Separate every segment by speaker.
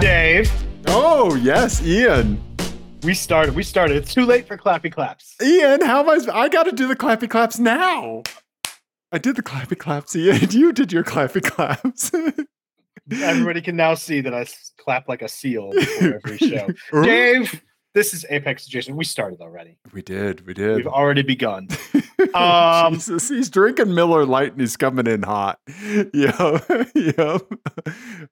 Speaker 1: Dave,
Speaker 2: Oh yes, Ian.
Speaker 1: we started. We started. It's too late for clappy claps.
Speaker 2: Ian, how am I? sp- I got to do the clappy claps now. I did the clappy claps, Ian. You did your clappy claps.
Speaker 1: Everybody can now see that I s- clap like a seal before every show. Dave, this is Apex Jason. We started already.
Speaker 2: we did. We
Speaker 1: We've
Speaker 2: did.
Speaker 1: already begun. um,
Speaker 2: Jesus, he's drinking Miller Light and he's coming in hot. Yeah. yep.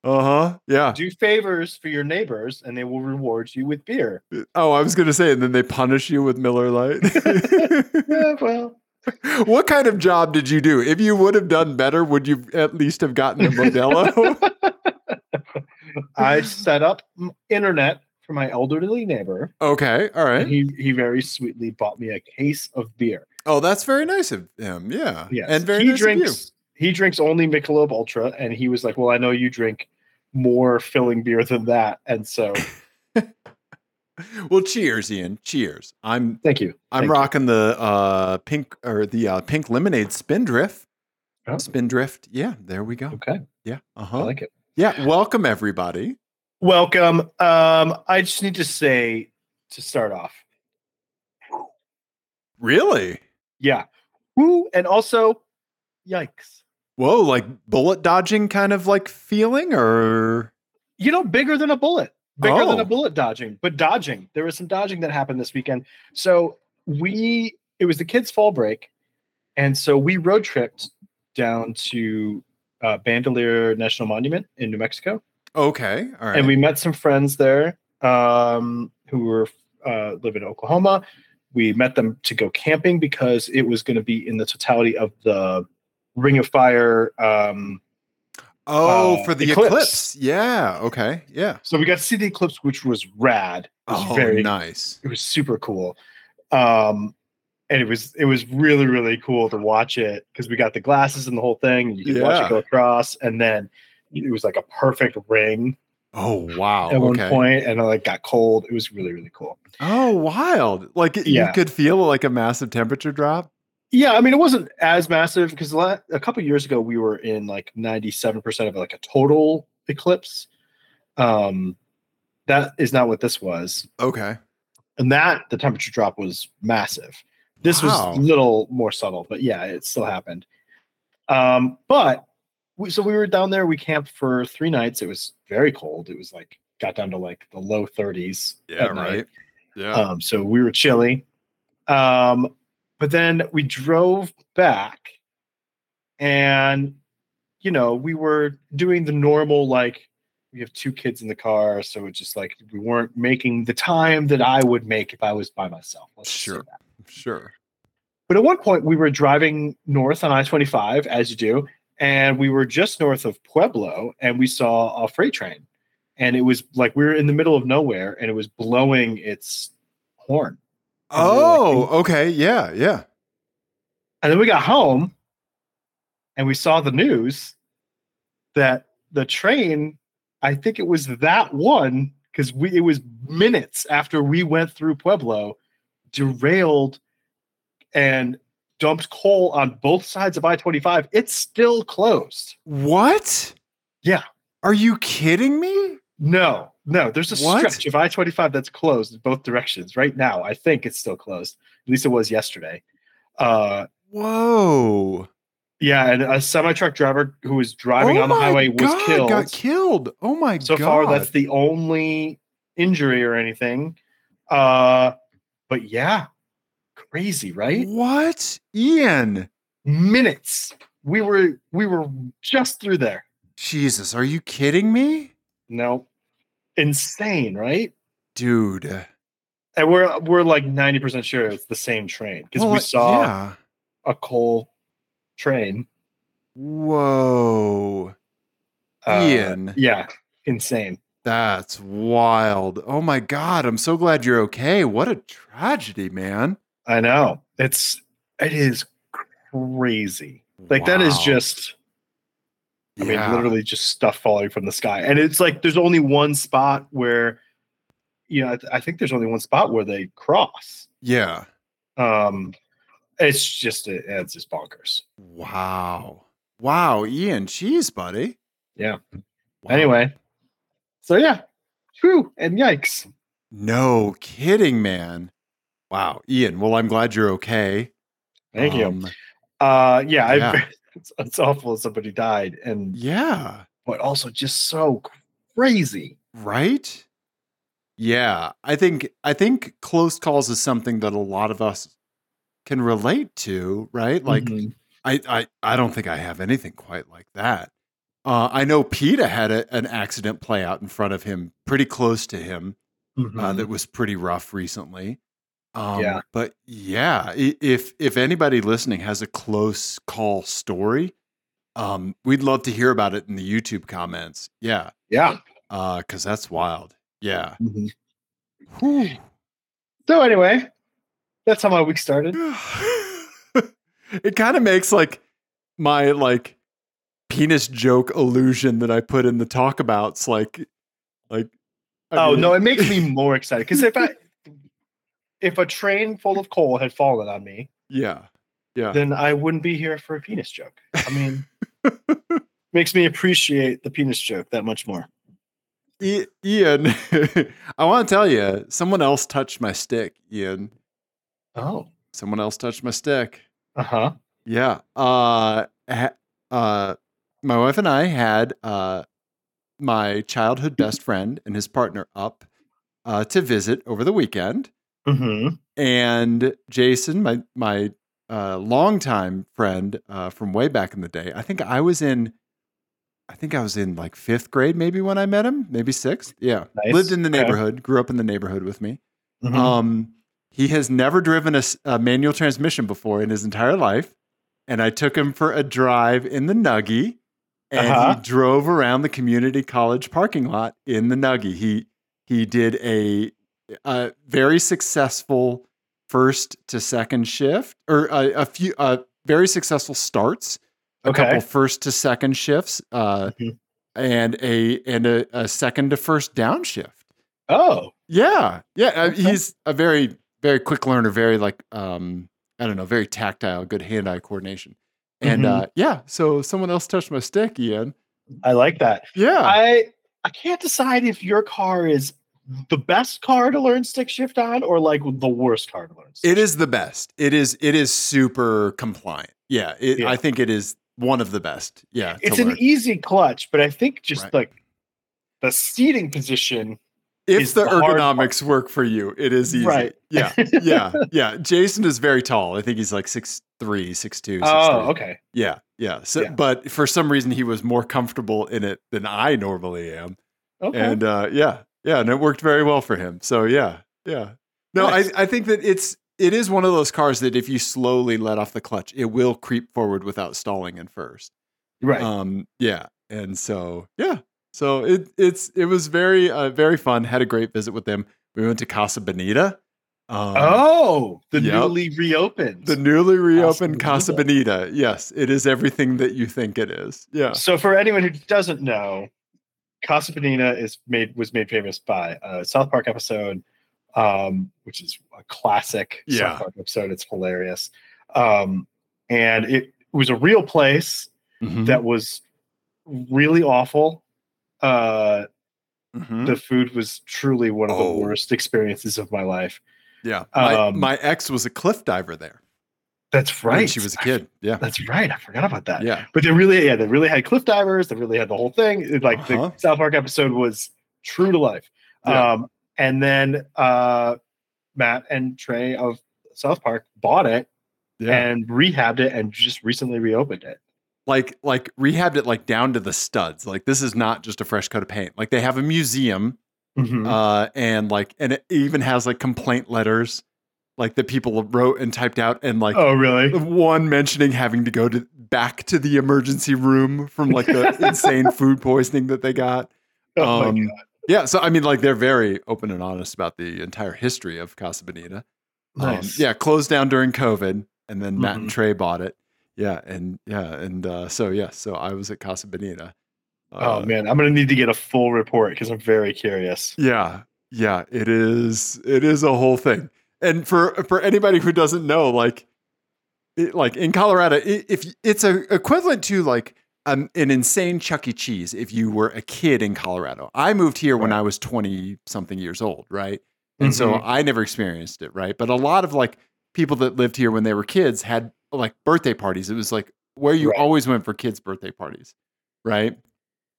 Speaker 2: Uh huh. Yeah.
Speaker 1: Do favors for your neighbors, and they will reward you with beer.
Speaker 2: Oh, I was gonna say, and then they punish you with Miller Light.
Speaker 1: Yeah, well,
Speaker 2: what kind of job did you do? If you would have done better, would you at least have gotten a Modelo?
Speaker 1: I set up m- internet for my elderly neighbor,
Speaker 2: okay. All
Speaker 1: and
Speaker 2: right.
Speaker 1: he he very sweetly bought me a case of beer.
Speaker 2: Oh, that's very nice of him. Yeah.
Speaker 1: Yes.
Speaker 2: And very
Speaker 1: he
Speaker 2: nice of
Speaker 1: drinks he drinks only Michelob Ultra and he was like, "Well, I know you drink more filling beer than that." And so,
Speaker 2: you. Well, cheers, Ian. Cheers. I'm
Speaker 1: thank you.
Speaker 2: I'm
Speaker 1: Thank you.
Speaker 2: rocking the uh pink or the uh pink lemonade spindrift.
Speaker 1: Oh.
Speaker 2: Spindrift. Yeah, there we go.
Speaker 1: Okay.
Speaker 2: Yeah. Uh-huh.
Speaker 1: I like it.
Speaker 2: yeah. Welcome everybody.
Speaker 1: Welcome. Um I just need to say to start off.
Speaker 2: Really?
Speaker 1: Yeah. Woo and also yikes.
Speaker 2: Whoa, like bullet dodging kind of like feeling or
Speaker 1: You know, bigger than a bullet. Bigger than
Speaker 2: Oh.
Speaker 1: a bullet dodging, but dodging. There was some dodging that happened this weekend. So, we it was the kids fall break and so we road tripped down to uh, Bandelier National Monument in New Mexico.
Speaker 2: okay. All right.
Speaker 1: and we met some friends there um, who were uh, live in Oklahoma. We met them to go camping because it was going to be in the totality of the Ring of Fire. Um,
Speaker 2: Oh,
Speaker 1: uh,
Speaker 2: for the eclipse.
Speaker 1: eclipse.
Speaker 2: Yeah. Okay. Yeah.
Speaker 1: so we got to see the eclipse, which was rad. It was
Speaker 2: Oh,
Speaker 1: very,
Speaker 2: nice.
Speaker 1: it was super cool. Um, and it was it was really really cool to watch it because we got the glasses and the whole thing. And you could watch
Speaker 2: Yeah.
Speaker 1: it go across, and then it was like a perfect ring
Speaker 2: Oh, wow.
Speaker 1: at one
Speaker 2: okay.
Speaker 1: point, and it like got cold. It was really really cool.
Speaker 2: Oh, wild. Like it- you
Speaker 1: Yeah.
Speaker 2: could feel like a massive temperature drop.
Speaker 1: Yeah, I mean, it wasn't as massive because la- a couple years ago we were in like ninety-seven percent of like a total eclipse. Um, that is not what this was,
Speaker 2: Okay.
Speaker 1: and that the temperature drop was massive. This
Speaker 2: Wow.
Speaker 1: was a little more subtle, but yeah, it still happened. Um, but we, so we were down there. We camped for three nights. It was very cold. It was like got down to like the low thirties.
Speaker 2: Yeah.
Speaker 1: Um, so we were chilly. Um, but then we drove back and you know, we were doing the normal like we have two kids in the car, so it's just like we weren't making the time that I would make if I was by myself. Let's just say
Speaker 2: Sure.
Speaker 1: that.
Speaker 2: sure.
Speaker 1: But at one point we were driving north on I-25, as you do, and we were just north of Pueblo and we saw a freight train. And it was like we were in the middle of nowhere and it was blowing its horn. And we were like,
Speaker 2: Oh, okay. Yeah. Yeah.
Speaker 1: And then we got home and we saw the news that the train, I think it was that one, because we it was minutes after we went through Pueblo, derailed and dumped coal on both sides of I-25. It's still closed.
Speaker 2: What?
Speaker 1: Yeah.
Speaker 2: Are you kidding me?
Speaker 1: No, no, there's a
Speaker 2: What?
Speaker 1: stretch of I-25 that's closed in both directions right now. I think it's still closed. At least it was yesterday. Uh
Speaker 2: Whoa.
Speaker 1: Yeah, and a semi truck driver who was driving
Speaker 2: oh
Speaker 1: on the
Speaker 2: my
Speaker 1: highway
Speaker 2: God,
Speaker 1: was killed.
Speaker 2: Got killed. Oh my
Speaker 1: so
Speaker 2: god.
Speaker 1: far, that's the only injury or anything. Uh, but yeah, crazy, right?
Speaker 2: what? Ian.
Speaker 1: Minutes. We were we were just through there.
Speaker 2: Jesus, are you kidding me?
Speaker 1: No, insane, right?
Speaker 2: Dude.
Speaker 1: And we're we're like ninety percent sure it's the same train because
Speaker 2: Well,
Speaker 1: we saw
Speaker 2: yeah.
Speaker 1: a coal train.
Speaker 2: Whoa.
Speaker 1: Uh,
Speaker 2: Ian.
Speaker 1: Yeah, insane.
Speaker 2: That's wild. Oh my God. I'm so glad you're okay. What a tragedy, man.
Speaker 1: I know. It's it is crazy. Like that is
Speaker 2: Wow.
Speaker 1: just I
Speaker 2: Yeah.
Speaker 1: mean, literally just stuff falling from the sky. And it's like there's only one spot where, you know, I, th- I think there's only one spot where they cross.
Speaker 2: Yeah.
Speaker 1: Um, it's just it, it's just bonkers.
Speaker 2: Wow. Wow. Ian, cheese, buddy.
Speaker 1: Yeah.
Speaker 2: Wow.
Speaker 1: Anyway, So yeah, true and yikes.
Speaker 2: No kidding, man. Wow, Ian. Well, I'm glad you're okay.
Speaker 1: Thank
Speaker 2: Um,
Speaker 1: you. Uh, yeah, I,
Speaker 2: yeah.
Speaker 1: it's, it's awful. that Somebody died, and
Speaker 2: Yeah.
Speaker 1: but also just so crazy.
Speaker 2: Right? Yeah. I think I think close calls is something that a lot of us can relate to, right? Like
Speaker 1: Mhm.
Speaker 2: I, I I don't think I have anything quite like that. Uh, I know PETA had a, an accident play out in front of him, pretty close to him, uh,
Speaker 1: Mhm.
Speaker 2: that was pretty rough recently. Um,
Speaker 1: Yeah.
Speaker 2: But yeah, i- if if anybody listening has a close call story, um, we'd love to hear about it in the YouTube comments. Yeah,
Speaker 1: yeah.
Speaker 2: because Uh, that's wild. Yeah.
Speaker 1: Mhm.
Speaker 2: Whew.
Speaker 1: So anyway, that's how my week started.
Speaker 2: it kind of makes like my like penis joke illusion that I put in the talk abouts like like I
Speaker 1: oh
Speaker 2: mean-
Speaker 1: no, it makes me more excited because if I if a train full of coal had fallen on me,
Speaker 2: yeah yeah
Speaker 1: then I wouldn't be here for a penis joke. I mean, makes me appreciate the penis joke that much more.
Speaker 2: I- Ian I want to tell you someone else touched my stick Ian
Speaker 1: Oh,
Speaker 2: someone else touched my stick
Speaker 1: uh
Speaker 2: uh-huh.
Speaker 1: huh.
Speaker 2: Yeah. Uh, ha- uh, my wife and I had uh, my childhood
Speaker 1: Mm-hmm.
Speaker 2: best friend and his partner up uh, to visit over the weekend.
Speaker 1: Mm-hmm.
Speaker 2: And Jason, my my uh, longtime friend uh, from way back in the day, I think I was in, I think I was in like fifth grade maybe when I met him, maybe sixth. Yeah,
Speaker 1: Nice. Uh, mm-hmm.
Speaker 2: lived in the
Speaker 1: Okay.
Speaker 2: neighborhood, grew up in the neighborhood with me. Um, he has never driven a, s- a manual transmission before in his entire life. And I took him for a drive in the Nuggie and
Speaker 1: Uh-huh.
Speaker 2: he drove around the community college parking lot in the Nuggie. He, he did a, a very successful first to second shift or a, a few uh, very successful starts, a
Speaker 1: Okay.
Speaker 2: couple first to second shifts, uh,
Speaker 1: Mhm.
Speaker 2: and a, and a, a second to first downshift.
Speaker 1: oh,
Speaker 2: Yeah, yeah. uh,
Speaker 1: Okay.
Speaker 2: He's a very, very quick learner. Very like, um, I don't know, very tactile, good hand-eye coordination. And
Speaker 1: Mhm.
Speaker 2: uh, yeah, so someone else touched my stick, Ian.
Speaker 1: I like that.
Speaker 2: Yeah,
Speaker 1: I I can't decide if your car is the best car to learn stick shift on or like the worst car to learn. Stick
Speaker 2: it is the best. It is. It is super compliant. Yeah, it,
Speaker 1: Yeah.
Speaker 2: I think it is one of the best. Yeah, to
Speaker 1: it's an e,
Speaker 2: learn.
Speaker 1: easy clutch, but I think just
Speaker 2: Right.
Speaker 1: like the seating position.
Speaker 2: if
Speaker 1: is
Speaker 2: the
Speaker 1: the hard part.
Speaker 2: ergonomics work for you, it is easy.
Speaker 1: Right.
Speaker 2: Yeah, yeah, yeah. Jason is very tall. I think he's like six three, six two.
Speaker 1: oh, okay.
Speaker 2: Yeah, yeah. So,
Speaker 1: Yeah.
Speaker 2: but for some reason, he was more comfortable in it than I normally am,
Speaker 1: Okay.
Speaker 2: and uh, yeah, yeah, and it worked very well for him. So, yeah, yeah. No,
Speaker 1: Nice.
Speaker 2: I, I think that it's it is one of those cars that if you slowly let off the clutch, it will creep forward without stalling at first.
Speaker 1: right.
Speaker 2: Um, yeah, and so yeah, so it it's it was very uh, very fun. Had a great visit with them. We went to Casa Bonita. Um,
Speaker 1: oh, the
Speaker 2: yep.
Speaker 1: newly reopened.
Speaker 2: The newly reopened
Speaker 1: Casa
Speaker 2: Casa Bonita. Yes, it is everything that you think it is. Yeah.
Speaker 1: so for anyone who doesn't know, Casa Bonita is made was made famous by a South Park episode, um, which is a classic
Speaker 2: Yeah.
Speaker 1: South Park episode. It's hilarious. Um, and it was a real place
Speaker 2: Mm-hmm.
Speaker 1: that was really awful. Uh,
Speaker 2: Mm-hmm.
Speaker 1: the food was truly one of
Speaker 2: Oh.
Speaker 1: the worst experiences of my life.
Speaker 2: yeah. My,
Speaker 1: um,
Speaker 2: my ex was a cliff diver there.
Speaker 1: That's
Speaker 2: when
Speaker 1: right.
Speaker 2: she was a
Speaker 1: I-
Speaker 2: kid. Yeah.
Speaker 1: That's right. I forgot about that.
Speaker 2: Yeah.
Speaker 1: But they really, yeah, they really had cliff divers. They really had the whole thing. It- like
Speaker 2: Uh-huh.
Speaker 1: the South Park episode was true to life.
Speaker 2: Yeah.
Speaker 1: Um, and then uh, Matt and Trey of South Park bought it
Speaker 2: Yeah.
Speaker 1: and rehabbed it and just recently reopened it.
Speaker 2: like like rehabbed it like down to the studs. Like this is not just a fresh coat of paint. Like they have a museum
Speaker 1: Mhm.
Speaker 2: uh and like and it even has like complaint letters like that people wrote and typed out and like
Speaker 1: oh, really?
Speaker 2: one mentioning having to go to back to the emergency room from like the insane food poisoning that they got.
Speaker 1: Oh, my
Speaker 2: um,
Speaker 1: God.
Speaker 2: Yeah, so I mean, like they're very open and honest about the entire history of Casa Bonita. Um,
Speaker 1: Nice.
Speaker 2: yeah, closed down during COVID, and then Matt and
Speaker 1: Mhm.
Speaker 2: Trey bought it. Yeah, and yeah, and uh, so yeah, so I was at Casa Bonita. Uh,
Speaker 1: oh, man. I'm going to need to get a full report because I'm very curious.
Speaker 2: Yeah, yeah, it is. It is a whole thing. And for for anybody who doesn't know, like, it, like in Colorado, i if it's a equivalent to like um, an insane Chuck E. Cheese if you were a kid in Colorado. I moved here when I was 20 something years old, right? And so I never experienced it, right? But a lot of like people that lived here when they were kids had like birthday parties. It was like where you
Speaker 3: Right.
Speaker 2: always went for kids' birthday parties, right?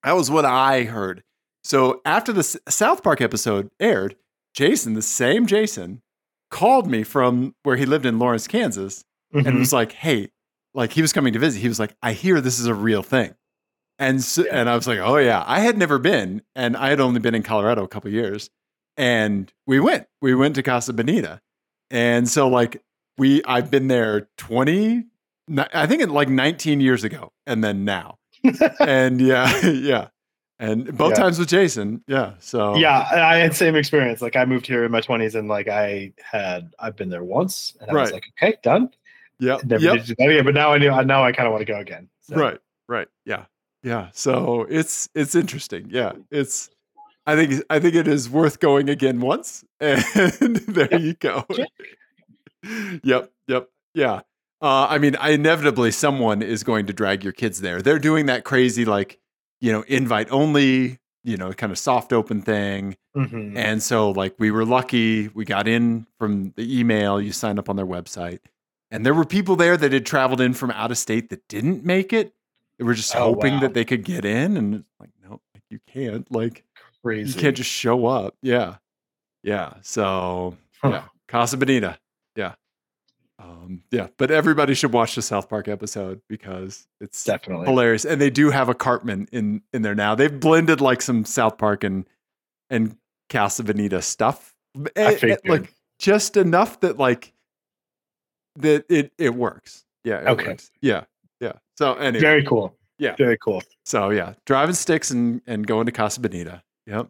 Speaker 2: That was what I heard. So after the S- South Park episode aired, Jason, the same Jason, called me from where he lived in Lawrence, Kansas, and
Speaker 1: Mm-hmm.
Speaker 2: was like, "Hey, like he was coming to visit. He was like, I hear this is a real thing." And so, and I was like, "Oh yeah, I had never been, and I had only been in Colorado a couple years." And we went. We went to Casa Bonita. And so like we I've been there 20 ni- I think it like 19 years ago and then now. and yeah, yeah. And both
Speaker 1: Yeah.
Speaker 2: times with Jason. Yeah. So
Speaker 1: Yeah, I had same experience. Like I moved here in my twenties, and like I had I've been there once, and I was
Speaker 2: Right.
Speaker 1: like, okay, done.
Speaker 2: yeah.
Speaker 1: Never
Speaker 2: yep.
Speaker 1: did do that again. But now I knew. Now I kind of want to go again. So,
Speaker 2: Right. Right. Yeah. Yeah. So it's it's interesting. Yeah. It's I think I think it is worth going again once. And there you go.
Speaker 1: Check.
Speaker 2: yep. Yep. Yeah. Uh, I mean, I inevitably someone is going to drag your kids there. They're doing that crazy, like, you know, invite only, you know, kind of soft open thing.
Speaker 1: Mhm.
Speaker 2: And so, like, we were lucky. We got in from the email. You sign up on their website, and there were people there that had traveled in from out of state that didn't make it. They were just
Speaker 1: Oh,
Speaker 2: hoping
Speaker 1: wow.
Speaker 2: that they could get in, and it's like, no, like, you can't. Like,
Speaker 1: Crazy.
Speaker 2: you can't just show up. Yeah, yeah. So,
Speaker 1: Huh.
Speaker 2: yeah, Casa Bonita. Yeah, um, yeah. But everybody should watch the South Park episode because it's
Speaker 1: Definitely.
Speaker 2: hilarious. And they do have a Cartman in in there now. They've blended like some South Park and and Casa Bonita stuff,
Speaker 1: I
Speaker 2: Eh, eh,
Speaker 1: figured.
Speaker 2: like just enough that like that it it works. Yeah. It
Speaker 1: Okay.
Speaker 2: works. Yeah. Yeah. So anyway,
Speaker 1: Very cool.
Speaker 2: Yeah.
Speaker 1: Very cool.
Speaker 2: so yeah, driving sticks and and going to Casa Bonita. Yep.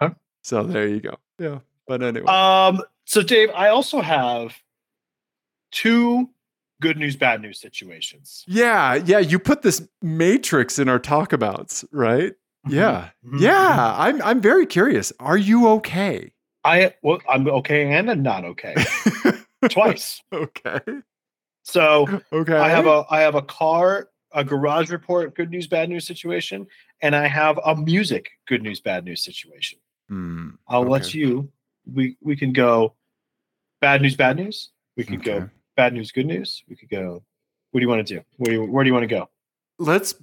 Speaker 1: Huh.
Speaker 2: So there you go. Yeah. But anyway,
Speaker 1: Um. So Dave, I also have two good news, bad news situations.
Speaker 2: yeah, yeah. You put this matrix in our talkabouts, right?
Speaker 1: Mm-hmm.
Speaker 2: Yeah. Yeah. I'm I'm very curious. Are you okay?
Speaker 1: I well, I'm okay and I'm not okay twice.
Speaker 2: Okay.
Speaker 1: So
Speaker 2: Okay.
Speaker 1: I have a I have a car, a garage report, good news, bad news situation, and I have a music good news, bad news situation.
Speaker 2: Hmm,
Speaker 1: I'll let
Speaker 2: Okay.
Speaker 1: you. We we can go bad news, bad news. We could go
Speaker 2: okay.
Speaker 1: bad news, good news. We could go. What do you want to do? Where do you, where do you want to go?
Speaker 2: Let's.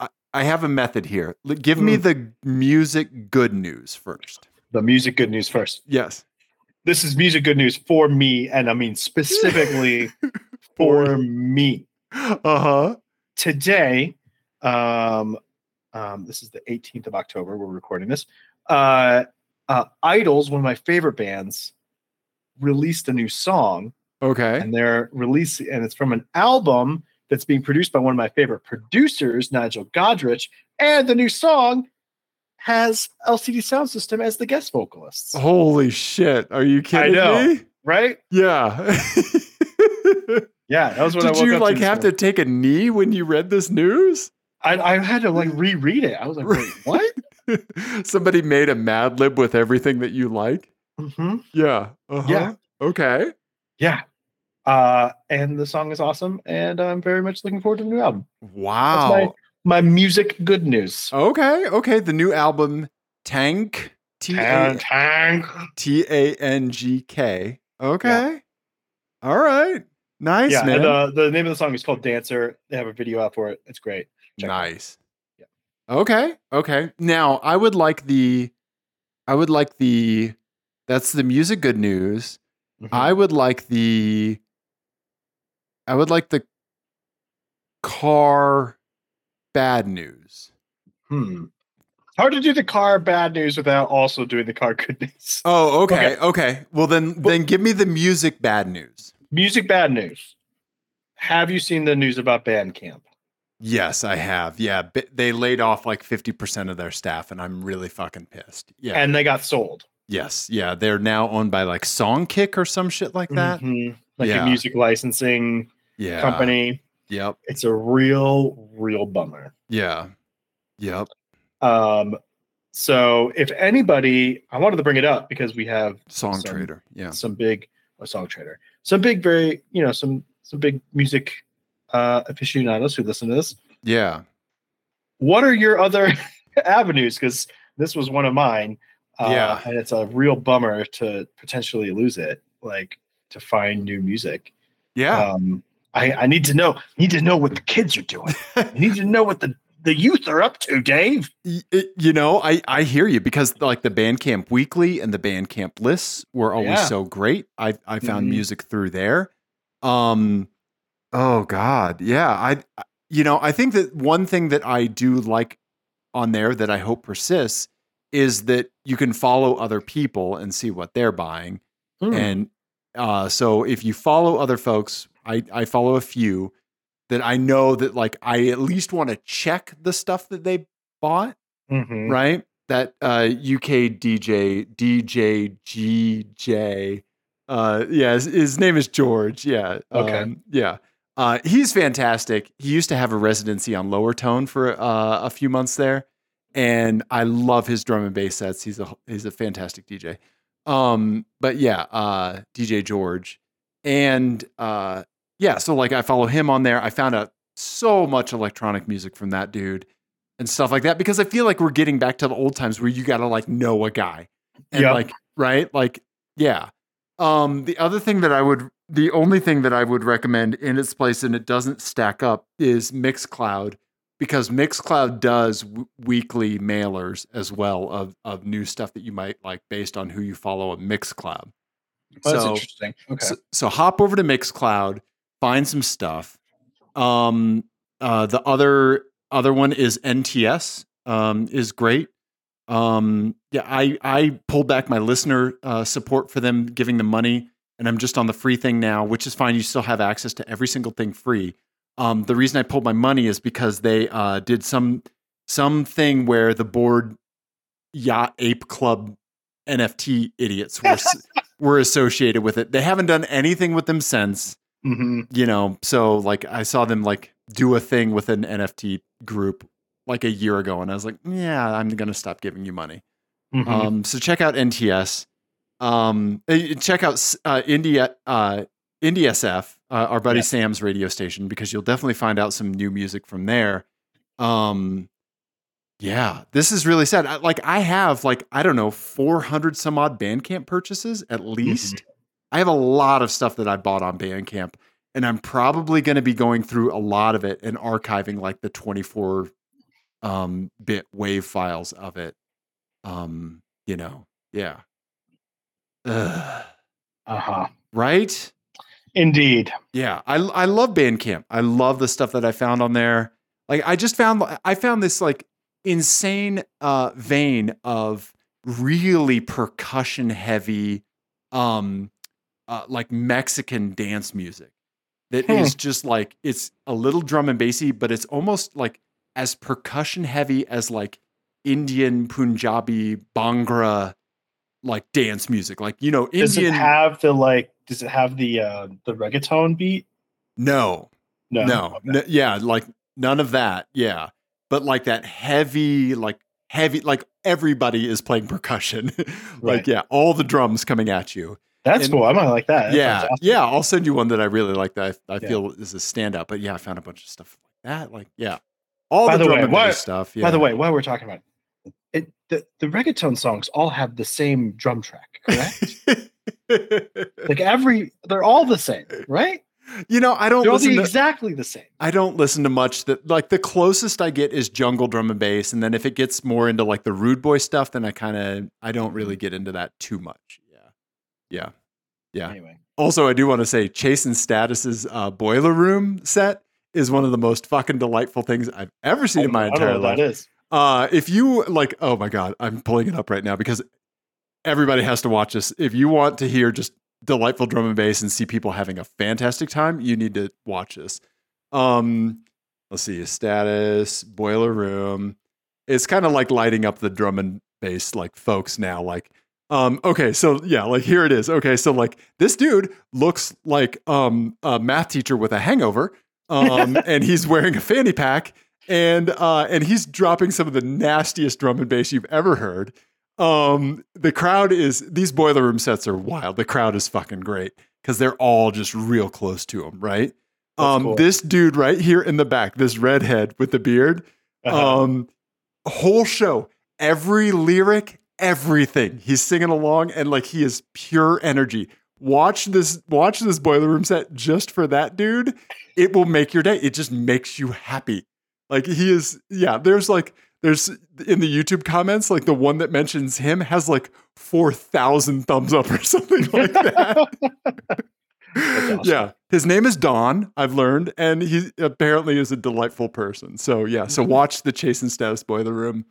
Speaker 2: I, I have a method here. L- Give me the music good news first.
Speaker 1: The music good news first.
Speaker 2: Yes.
Speaker 1: This is music good news for me, and I mean specifically for me.
Speaker 2: Uh huh.
Speaker 1: today um, um, this is the 18th of october we're recording this uh, uh, idols one of my favorite bands released a new song
Speaker 2: Okay.
Speaker 1: and they're release and it's from an album that's being produced by one of my favorite producers nigel godrich and the new song has lcd sound system as the guest vocalists
Speaker 2: Holy shit! Are you kidding
Speaker 1: know.
Speaker 2: me?
Speaker 1: right
Speaker 2: Yeah.
Speaker 1: yeah that was what i
Speaker 2: Did
Speaker 1: woke
Speaker 2: you
Speaker 1: up
Speaker 2: like
Speaker 1: this
Speaker 2: have to
Speaker 1: morning.
Speaker 2: take a knee when you read this news?
Speaker 1: I, I had to like reread it i was like wait what
Speaker 2: Somebody made a Mad Lib with everything that you like.
Speaker 1: mm-hmm.
Speaker 2: Yeah. Uh-huh.
Speaker 1: Yeah.
Speaker 2: Okay.
Speaker 1: yeah uh and the song is awesome and i'm very much looking forward to the new album
Speaker 2: Wow.
Speaker 1: my music good news
Speaker 2: Okay, okay. The new album Tank T A
Speaker 1: Tank, tank.
Speaker 2: T A N G K. Okay. All right. Nice,
Speaker 1: yeah
Speaker 2: man.
Speaker 1: and, uh, the name of the song is called dancer they have a video out for it it's great check it out.
Speaker 2: nice. Okay. Okay. Now I would like the I would like the that's the music good news.
Speaker 1: Mhm.
Speaker 2: I would like the I would like the car bad news.
Speaker 1: hmm. hard to do the car bad news without also doing the car good news
Speaker 2: Oh,
Speaker 1: Okay.
Speaker 2: okay. Okay. Well then then give me the music bad news.
Speaker 1: music bad news have you seen the news about bandcamp
Speaker 2: Yes, I have. Yeah, b- they laid off like 50% of their staff and I'm really fucking pissed. Yeah.
Speaker 1: and they got sold
Speaker 2: yes. Yeah, they're now owned by like Songkick or some shit like that.
Speaker 1: Mhm. like
Speaker 2: Yeah.
Speaker 1: a music licensing
Speaker 2: Yeah.
Speaker 1: company
Speaker 2: Yep.
Speaker 1: it's a real real bummer
Speaker 2: Yeah. Yep.
Speaker 1: Um, so if anybody, I wanted to bring it up because we have
Speaker 2: Song
Speaker 1: Some-
Speaker 2: trader. Yeah.
Speaker 1: some big a song trader, some big, very you know, some some big music uh aficionados who listen to this.
Speaker 2: Yeah.
Speaker 1: what are your other avenues? Because this was one of mine. Uh,
Speaker 2: Yeah.
Speaker 1: and it's a real bummer to potentially lose it. Like to find new music.
Speaker 2: Yeah.
Speaker 1: Um, I, I need to know. Need to know what the kids are doing. I need to know what the the youth are up to, Dave.
Speaker 2: Y- it- you know, I, I hear you because like the Bandcamp Weekly and the Bandcamp lists were always
Speaker 1: Yeah.
Speaker 2: so great. I I found
Speaker 1: Mhm.
Speaker 2: music through there. Um, oh God, yeah. I I- you know I think that one thing that I do like on there that I hope persists is that you can follow other people and see what they're buying.
Speaker 1: Hmm.
Speaker 2: And uh, so if you follow other folks, I, I follow a few that I know that like I at least want to check the stuff that they bought,
Speaker 1: Mhm.
Speaker 2: right? That uh, UK DJ, DJ GJ. Uh, yeah, his, his name is George. Yeah.
Speaker 1: Okay.
Speaker 2: um, yeah. Uh, he's fantastic. He used to have a residency on Lower Tone for uh, a few months there, and I love his drum and bass sets. He's a he's a fantastic DJ. Um, but yeah, uh, DJ George, and uh, yeah, so like I follow him on there. I found out so much electronic music from that dude and stuff like that because I feel like we're getting back to the old times where you got to like know a guy and
Speaker 1: Yep.
Speaker 2: like right, like yeah. Um, the other thing that I would, the only thing that I would recommend in its place and it doesn't stack up is Mixcloud because Mixcloud does w- weekly mailers as well of of new stuff that you might like based on who you follow on Mixcloud.
Speaker 1: Well, that's
Speaker 2: so-
Speaker 1: interesting. Okay.
Speaker 2: So, so hop over to Mixcloud, find some stuff. Um, uh, the other other one is NTS. Um, is great. Um, yeah, I I pulled back my listener uh, support for them, giving them money, and I'm just on the free thing now, which is fine. You still have access to every single thing free. Um, the reason I pulled my money is because they uh, did some something where the board yacht ape club NFT idiots were s- were associated with it. They haven't done anything with them since,
Speaker 1: hmm
Speaker 2: you know. So like I saw them like do a thing with an NFT group like a year ago and I was like, yeah, I'm going to stop giving you money.
Speaker 1: Mm-hmm.
Speaker 2: Um so check out NTS. Um eh, check out s- uh India uh NDSF, uh, our buddy
Speaker 1: Yeah.
Speaker 2: Sam's radio station because you'll definitely find out some new music from there. Um yeah, this is really sad. I, like I have like I don't know 400 some odd Bandcamp purchases at least. I have a lot of stuff that I bought on Bandcamp and I'm probably going to be going through a lot of it and archiving like the 24 um bit wave files of it. Um, you know. Yeah. Ugh.
Speaker 1: uh huh.
Speaker 2: Right?
Speaker 1: Indeed.
Speaker 2: Yeah, I I love Bandcamp. I love the stuff that I found on there. Like I just found I found this like insane uh vein of really percussion heavy um uh, like Mexican dance music that is
Speaker 1: Hmm.
Speaker 2: just like it's a little drum and bassy but it's almost like as percussion heavy as like Indian Punjabi Bhangra like dance music like you know
Speaker 1: Does
Speaker 2: Indian
Speaker 1: it have the like? Does it have the uh, the reggaeton beat?
Speaker 2: no
Speaker 1: No.
Speaker 2: no,
Speaker 1: Okay.
Speaker 2: n- yeah, like none of that. Yeah, but like that heavy, like heavy, like everybody is playing percussion. like
Speaker 1: Right.
Speaker 2: yeah, all the drums coming at you.
Speaker 1: That's
Speaker 2: And-
Speaker 1: cool. I might like that. That
Speaker 2: yeah,
Speaker 1: sounds awesome.
Speaker 2: yeah. I'll send you one that I really like that I, I
Speaker 1: Yeah.
Speaker 2: feel is a standout. But yeah, I found a bunch of stuff like that. Like yeah, all
Speaker 1: By the
Speaker 2: the, drum
Speaker 1: way,
Speaker 2: and
Speaker 1: why-
Speaker 2: bass stuff. Yeah.
Speaker 1: By the way, while we're talking about it, it the, the reggaeton songs all have the same drum track, correct? like every, they're all the same, right?
Speaker 2: you know, I don't
Speaker 1: They're all
Speaker 2: Oh, listen.
Speaker 1: the,
Speaker 2: To,
Speaker 1: exactly the same.
Speaker 2: I don't listen to much that like the closest I get is jungle drum and bass, and then if it gets more into like the rude boy stuff, then I kind of I don't really get into that too much. Yeah. Yeah. Yeah.
Speaker 1: Anyway,
Speaker 2: Also, I do want to say Chase and Status's uh, boiler room set is one of the most fucking delightful things I've ever seen in my
Speaker 1: I don't know
Speaker 2: entire
Speaker 1: what that
Speaker 2: life.
Speaker 1: is.
Speaker 2: Uh, if you like, oh my god, I'm pulling it up right now because everybody has to watch this. If you want to hear just delightful drum and bass and see people having a fantastic time, you need to watch this. Um, let's see, status boiler room. It's kind of like lighting up the drum and bass like folks now. Like, um, okay, so yeah, like here it is. Okay, so like this dude looks like um a math teacher with a hangover. Um, and he's wearing a fanny pack and uh, and he's dropping some of the nastiest drum and bass you've ever heard. Um, the crowd is these boiler room sets are wild. The crowd is fucking great because they're all just real close to him, right?
Speaker 1: That's
Speaker 2: Um,
Speaker 1: cool.
Speaker 2: this dude right here in the back, this redhead with the beard,
Speaker 1: Uh-huh.
Speaker 2: Um, whole show, every lyric, everything. He's singing along and like he is pure energy. Watch this, watch this boiler room set just for that dude. It will make your day. It just makes you happy. Like he is, yeah. There's like there's in the YouTube comments, like the one that mentions him has like four thousand thumbs up or something like that.
Speaker 1: That's awesome.
Speaker 2: Yeah, his name is Don. I've learned, and he apparently is a delightful person. So yeah,
Speaker 1: Mm-hmm.
Speaker 2: so watch the Chase and Status Boiler Room.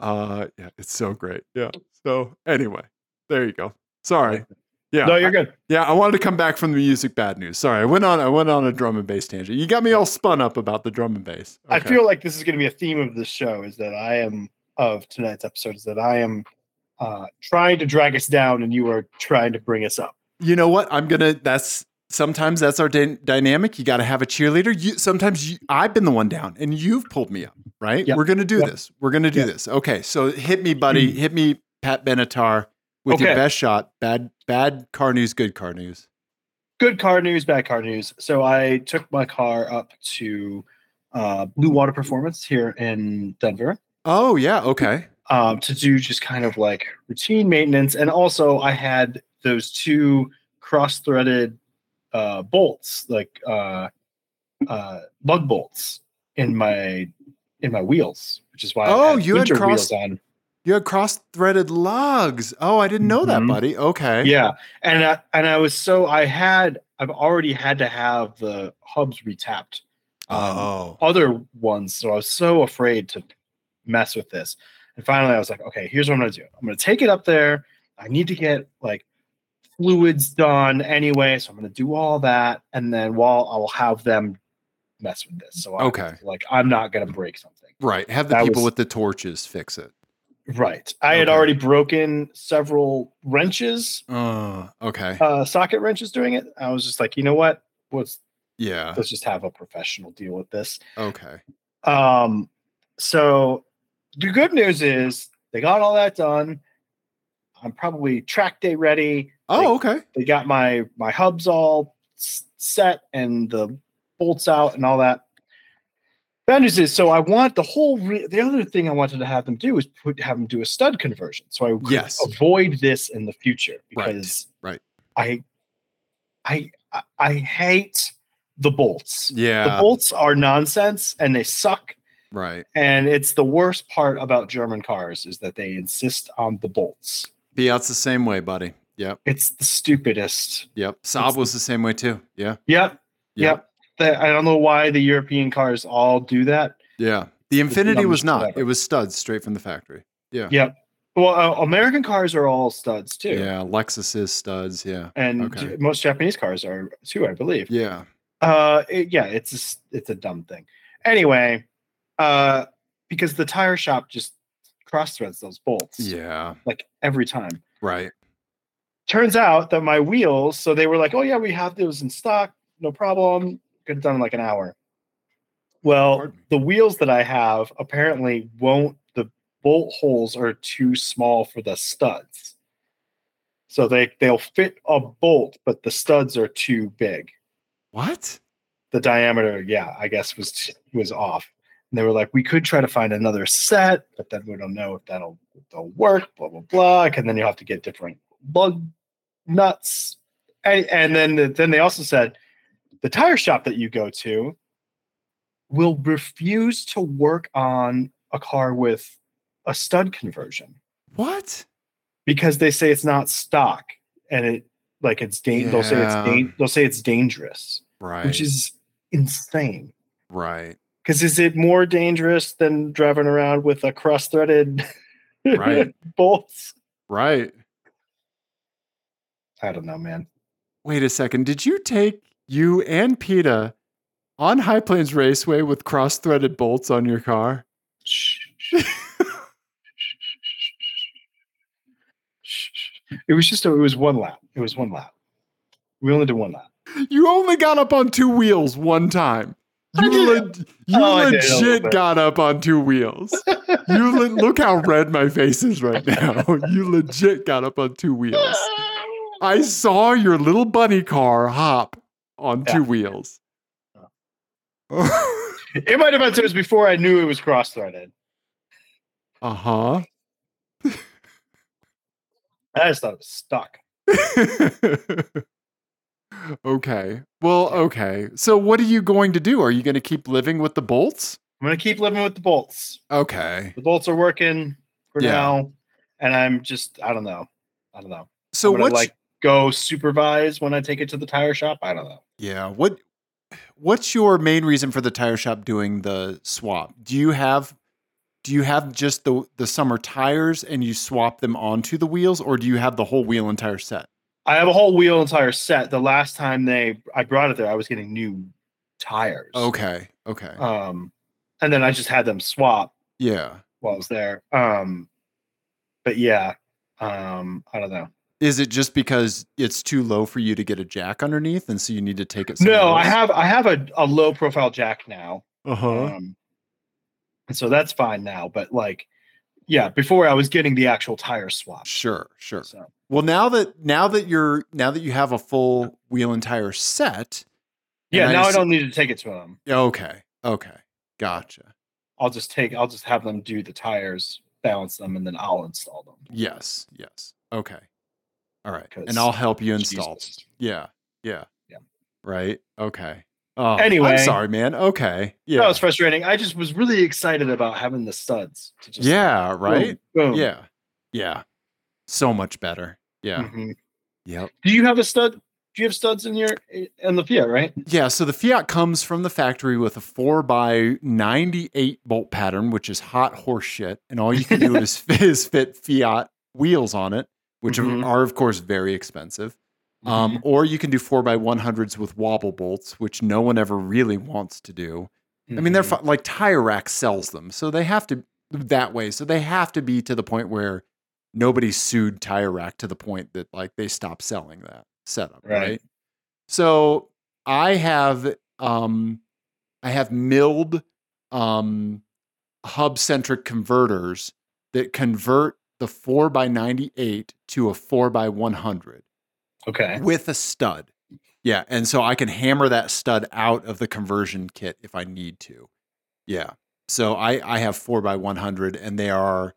Speaker 2: Uh, yeah, it's so great. Yeah. So anyway, there you go. Sorry. Yeah.
Speaker 1: no, you're good.
Speaker 2: yeah, I wanted to come back from the music bad news. Sorry, I went on. I went on a drum and bass tangent. You got me all spun up about the drum and bass.
Speaker 1: I
Speaker 2: Okay.
Speaker 1: feel like this is going to be a theme of this show is that I am of tonight's episode is that I am uh, trying to drag us down and you are trying to bring us up.
Speaker 2: you know what i'm gonna that's sometimes that's our dy- dynamic you gotta have a cheerleader you sometimes you, i've been the one down and you've pulled me up right
Speaker 1: Yep.
Speaker 2: we're gonna do
Speaker 1: Yep.
Speaker 2: this we're gonna do
Speaker 1: Yep. Mm.
Speaker 2: this okay so hit me buddy hit me pat benatar with your
Speaker 1: Okay.
Speaker 2: best shot bad bad car news good car news
Speaker 1: Good car news, bad car news. So I took my car up to uh, Blue Water Performance here in Denver
Speaker 2: oh yeah okay
Speaker 1: um, to do just kind of like routine maintenance. And also, I had those two cross threaded uh, bolts, like uh, uh, lug bolts, in my in my wheels, which is why
Speaker 2: Oh,
Speaker 1: I had
Speaker 2: you had
Speaker 1: winter
Speaker 2: cross-
Speaker 1: wheels on.
Speaker 2: you had cross-threaded lugs oh i didn't know that
Speaker 1: Mhm.
Speaker 2: buddy okay
Speaker 1: Yeah, and I, and I was so I had I've already had to have the hubs retapped. um,
Speaker 2: oh
Speaker 1: other ones. So I was so afraid to mess with this. And finally, I was like, okay, here's what I'm going to do I'm going to take it up there. I need to get like fluids done anyway. So I'm going to do all that. And then while I will have them mess with this. So I,
Speaker 2: Okay.
Speaker 1: like, I'm not going to break something.
Speaker 2: right have the
Speaker 1: that
Speaker 2: people
Speaker 1: was-
Speaker 2: with the torches fix it
Speaker 1: Right. I had
Speaker 2: Okay.
Speaker 1: already broken several wrenches,
Speaker 2: uh, okay
Speaker 1: uh, socket wrenches doing it. I was just like, you know what? Let's,
Speaker 2: yeah
Speaker 1: let's just have a professional deal with this.
Speaker 2: okay
Speaker 1: Um, so the good news is they got all that done. I'm probably track day ready.
Speaker 2: oh okay
Speaker 1: They, they got my my hubs all s- set and the bolts out and all that. Bad news is so I want the whole. Re- the other thing I wanted to have them do is put have them do a stud conversion, so I could
Speaker 2: Yes.
Speaker 1: avoid this in the future
Speaker 2: Right,
Speaker 1: because
Speaker 2: right.
Speaker 1: I, I, I, I hate the bolts.
Speaker 2: yeah
Speaker 1: The bolts are nonsense and they suck
Speaker 2: right
Speaker 1: and it's the worst part about German cars is that they insist on the bolts.
Speaker 2: Fiat's the same way, buddy. Yep.
Speaker 1: It's the stupidest.
Speaker 2: Yep. Saab was the same way too. Yeah.
Speaker 1: Yep. Yep. That I don't know why the European cars all do that.
Speaker 2: Yeah. The Infinity
Speaker 1: numbers
Speaker 2: was not.
Speaker 1: forever.
Speaker 2: It was studs straight from the factory.
Speaker 1: Well, uh, American cars are all studs too.
Speaker 2: Yeah. Lexus is studs. Yeah.
Speaker 1: And
Speaker 2: Okay.
Speaker 1: j- most Japanese cars are too, I believe.
Speaker 2: Yeah.
Speaker 1: Uh, it- yeah, it's a, s- it's a dumb thing. Anyway, uh, because the tire shop just cross threads those bolts
Speaker 2: Yeah.
Speaker 1: like every time.
Speaker 2: Right.
Speaker 1: turns out that my wheels, so they were like, oh yeah, we have those in stock, no problem. Get it done in like an hour. Well,
Speaker 2: Pardon me.
Speaker 1: the wheels that I have apparently won't, the bolt holes are too small for the studs. So they they'll fit a bolt, but the studs are too big.
Speaker 2: What?
Speaker 1: The diameter, yeah, I guess was was off. And they were like, we could try to find another set, but then we don't know if that'll that'll work. Blah blah blah. And then you'll have to get different lug nuts. And, and then the, then they also said the tire shop that you go to will refuse to work on a car with a stud conversion
Speaker 2: What?
Speaker 1: because they say it's not stock and it like it's dan- they'll say it's
Speaker 2: Yeah.
Speaker 1: dan- they'll say it's dangerous,
Speaker 2: Right.
Speaker 1: which is insane.
Speaker 2: right.
Speaker 1: Because is it more dangerous than driving around with a cross threaded
Speaker 2: Right.
Speaker 1: bolts?
Speaker 2: Right.
Speaker 1: I don't know, man.
Speaker 2: Wait a second. Did you take you and PETA on High Plains Raceway with cross threaded bolts on your car?
Speaker 1: it was just a, it was one lap. It was one lap. We only did one lap.
Speaker 2: You only got up on two wheels one time.
Speaker 1: I
Speaker 2: You,
Speaker 1: did.
Speaker 2: leg- you
Speaker 1: Oh, I did a little
Speaker 2: legit
Speaker 1: bit.
Speaker 2: got up on two wheels. You le- look how red my face is right now. You legit got up on two wheels. I saw your little bunny car hop on
Speaker 1: Yeah.
Speaker 2: two wheels.
Speaker 1: In my defense, it was before I knew it was cross-threaded.
Speaker 2: Uh huh.
Speaker 1: I just thought it was stuck.
Speaker 2: okay. Well, okay. So, what are you going to do? Are you going to keep living with the bolts?
Speaker 1: I'm gonna keep living with the bolts.
Speaker 2: Okay.
Speaker 1: The bolts are working for
Speaker 2: Yeah.
Speaker 1: now, and I'm just I don't know. I don't know.
Speaker 2: So
Speaker 1: I'm gonna,
Speaker 2: what's
Speaker 1: like go supervise when I take it to the tire shop? I don't know.
Speaker 2: yeah what what's your main reason for the tire shop doing the swap? Do you have do you have just the the summer tires and you swap them onto the wheels, or do you have the whole wheel and tire set?
Speaker 1: I have a whole wheel and tire set. The last time they I brought it there, I was getting new tires.
Speaker 2: Okay. Okay.
Speaker 1: Um, and then I just had them swap
Speaker 2: Uh, yeah.
Speaker 1: while I was there. Um, but yeah, um, I don't know.
Speaker 2: Is it just because it's too low for you to get a jack underneath, and so you need to take it? somewhere
Speaker 1: No, I
Speaker 2: else?
Speaker 1: have I have a, a low profile jack now.
Speaker 2: Uh-huh.
Speaker 1: Um, and so that's fine now. But like, yeah, before I was getting the actual tire swap.
Speaker 2: Sure, sure.
Speaker 1: So
Speaker 2: Well, now that now that you're now that you have a full wheel and tire set,
Speaker 1: yeah,
Speaker 2: and
Speaker 1: now I
Speaker 2: s-
Speaker 1: don't need to take it to them.
Speaker 2: Okay, okay, gotcha.
Speaker 1: I'll just take I'll just have them do the tires, balance them, and then I'll install them.
Speaker 2: Yes, yes. Okay, all right, and
Speaker 1: 'Cause
Speaker 2: I'll help you install.
Speaker 1: Jesus.
Speaker 2: Yeah, yeah,
Speaker 1: Yeah.
Speaker 2: Right. Okay. Oh,
Speaker 1: Anyway.
Speaker 2: I'm sorry, man. Okay. Yeah.
Speaker 1: That was frustrating. I just was really excited about having the studs. To just
Speaker 2: yeah. Right.
Speaker 1: Boom. boom.
Speaker 2: Yeah. Yeah. So much better. Yeah.
Speaker 1: Mhm.
Speaker 2: Yep.
Speaker 1: Do you have a stud? Do you have studs in your eh, in the Fiat? Right.
Speaker 2: Yeah, so the Fiat comes from the factory with a 4 by 98 bolt pattern, which is hot horse shit. And all you can do is, is fit Fiat wheels on it, which are-
Speaker 1: Mhm.
Speaker 2: are, of course, very expensive. Um, or you can do 4 by 100s with wobble bolts, which no one ever really wants to do. I mean, they're
Speaker 1: Mhm.
Speaker 2: fi- like Tire Rack sells them. So they have to that way. So they have to be to the point where nobody sued Tire Rack to the point that like they stopped selling that setup.
Speaker 1: Right.
Speaker 2: Right. So I have, um, I have milled, um, hub centric converters that convert the four by 98 to a four by 100
Speaker 1: Mm-hmm. okay.
Speaker 2: with a stud. Yeah, and so I can hammer that stud out of the conversion kit if I need to. Yeah. So I I have 4 by 100 and they are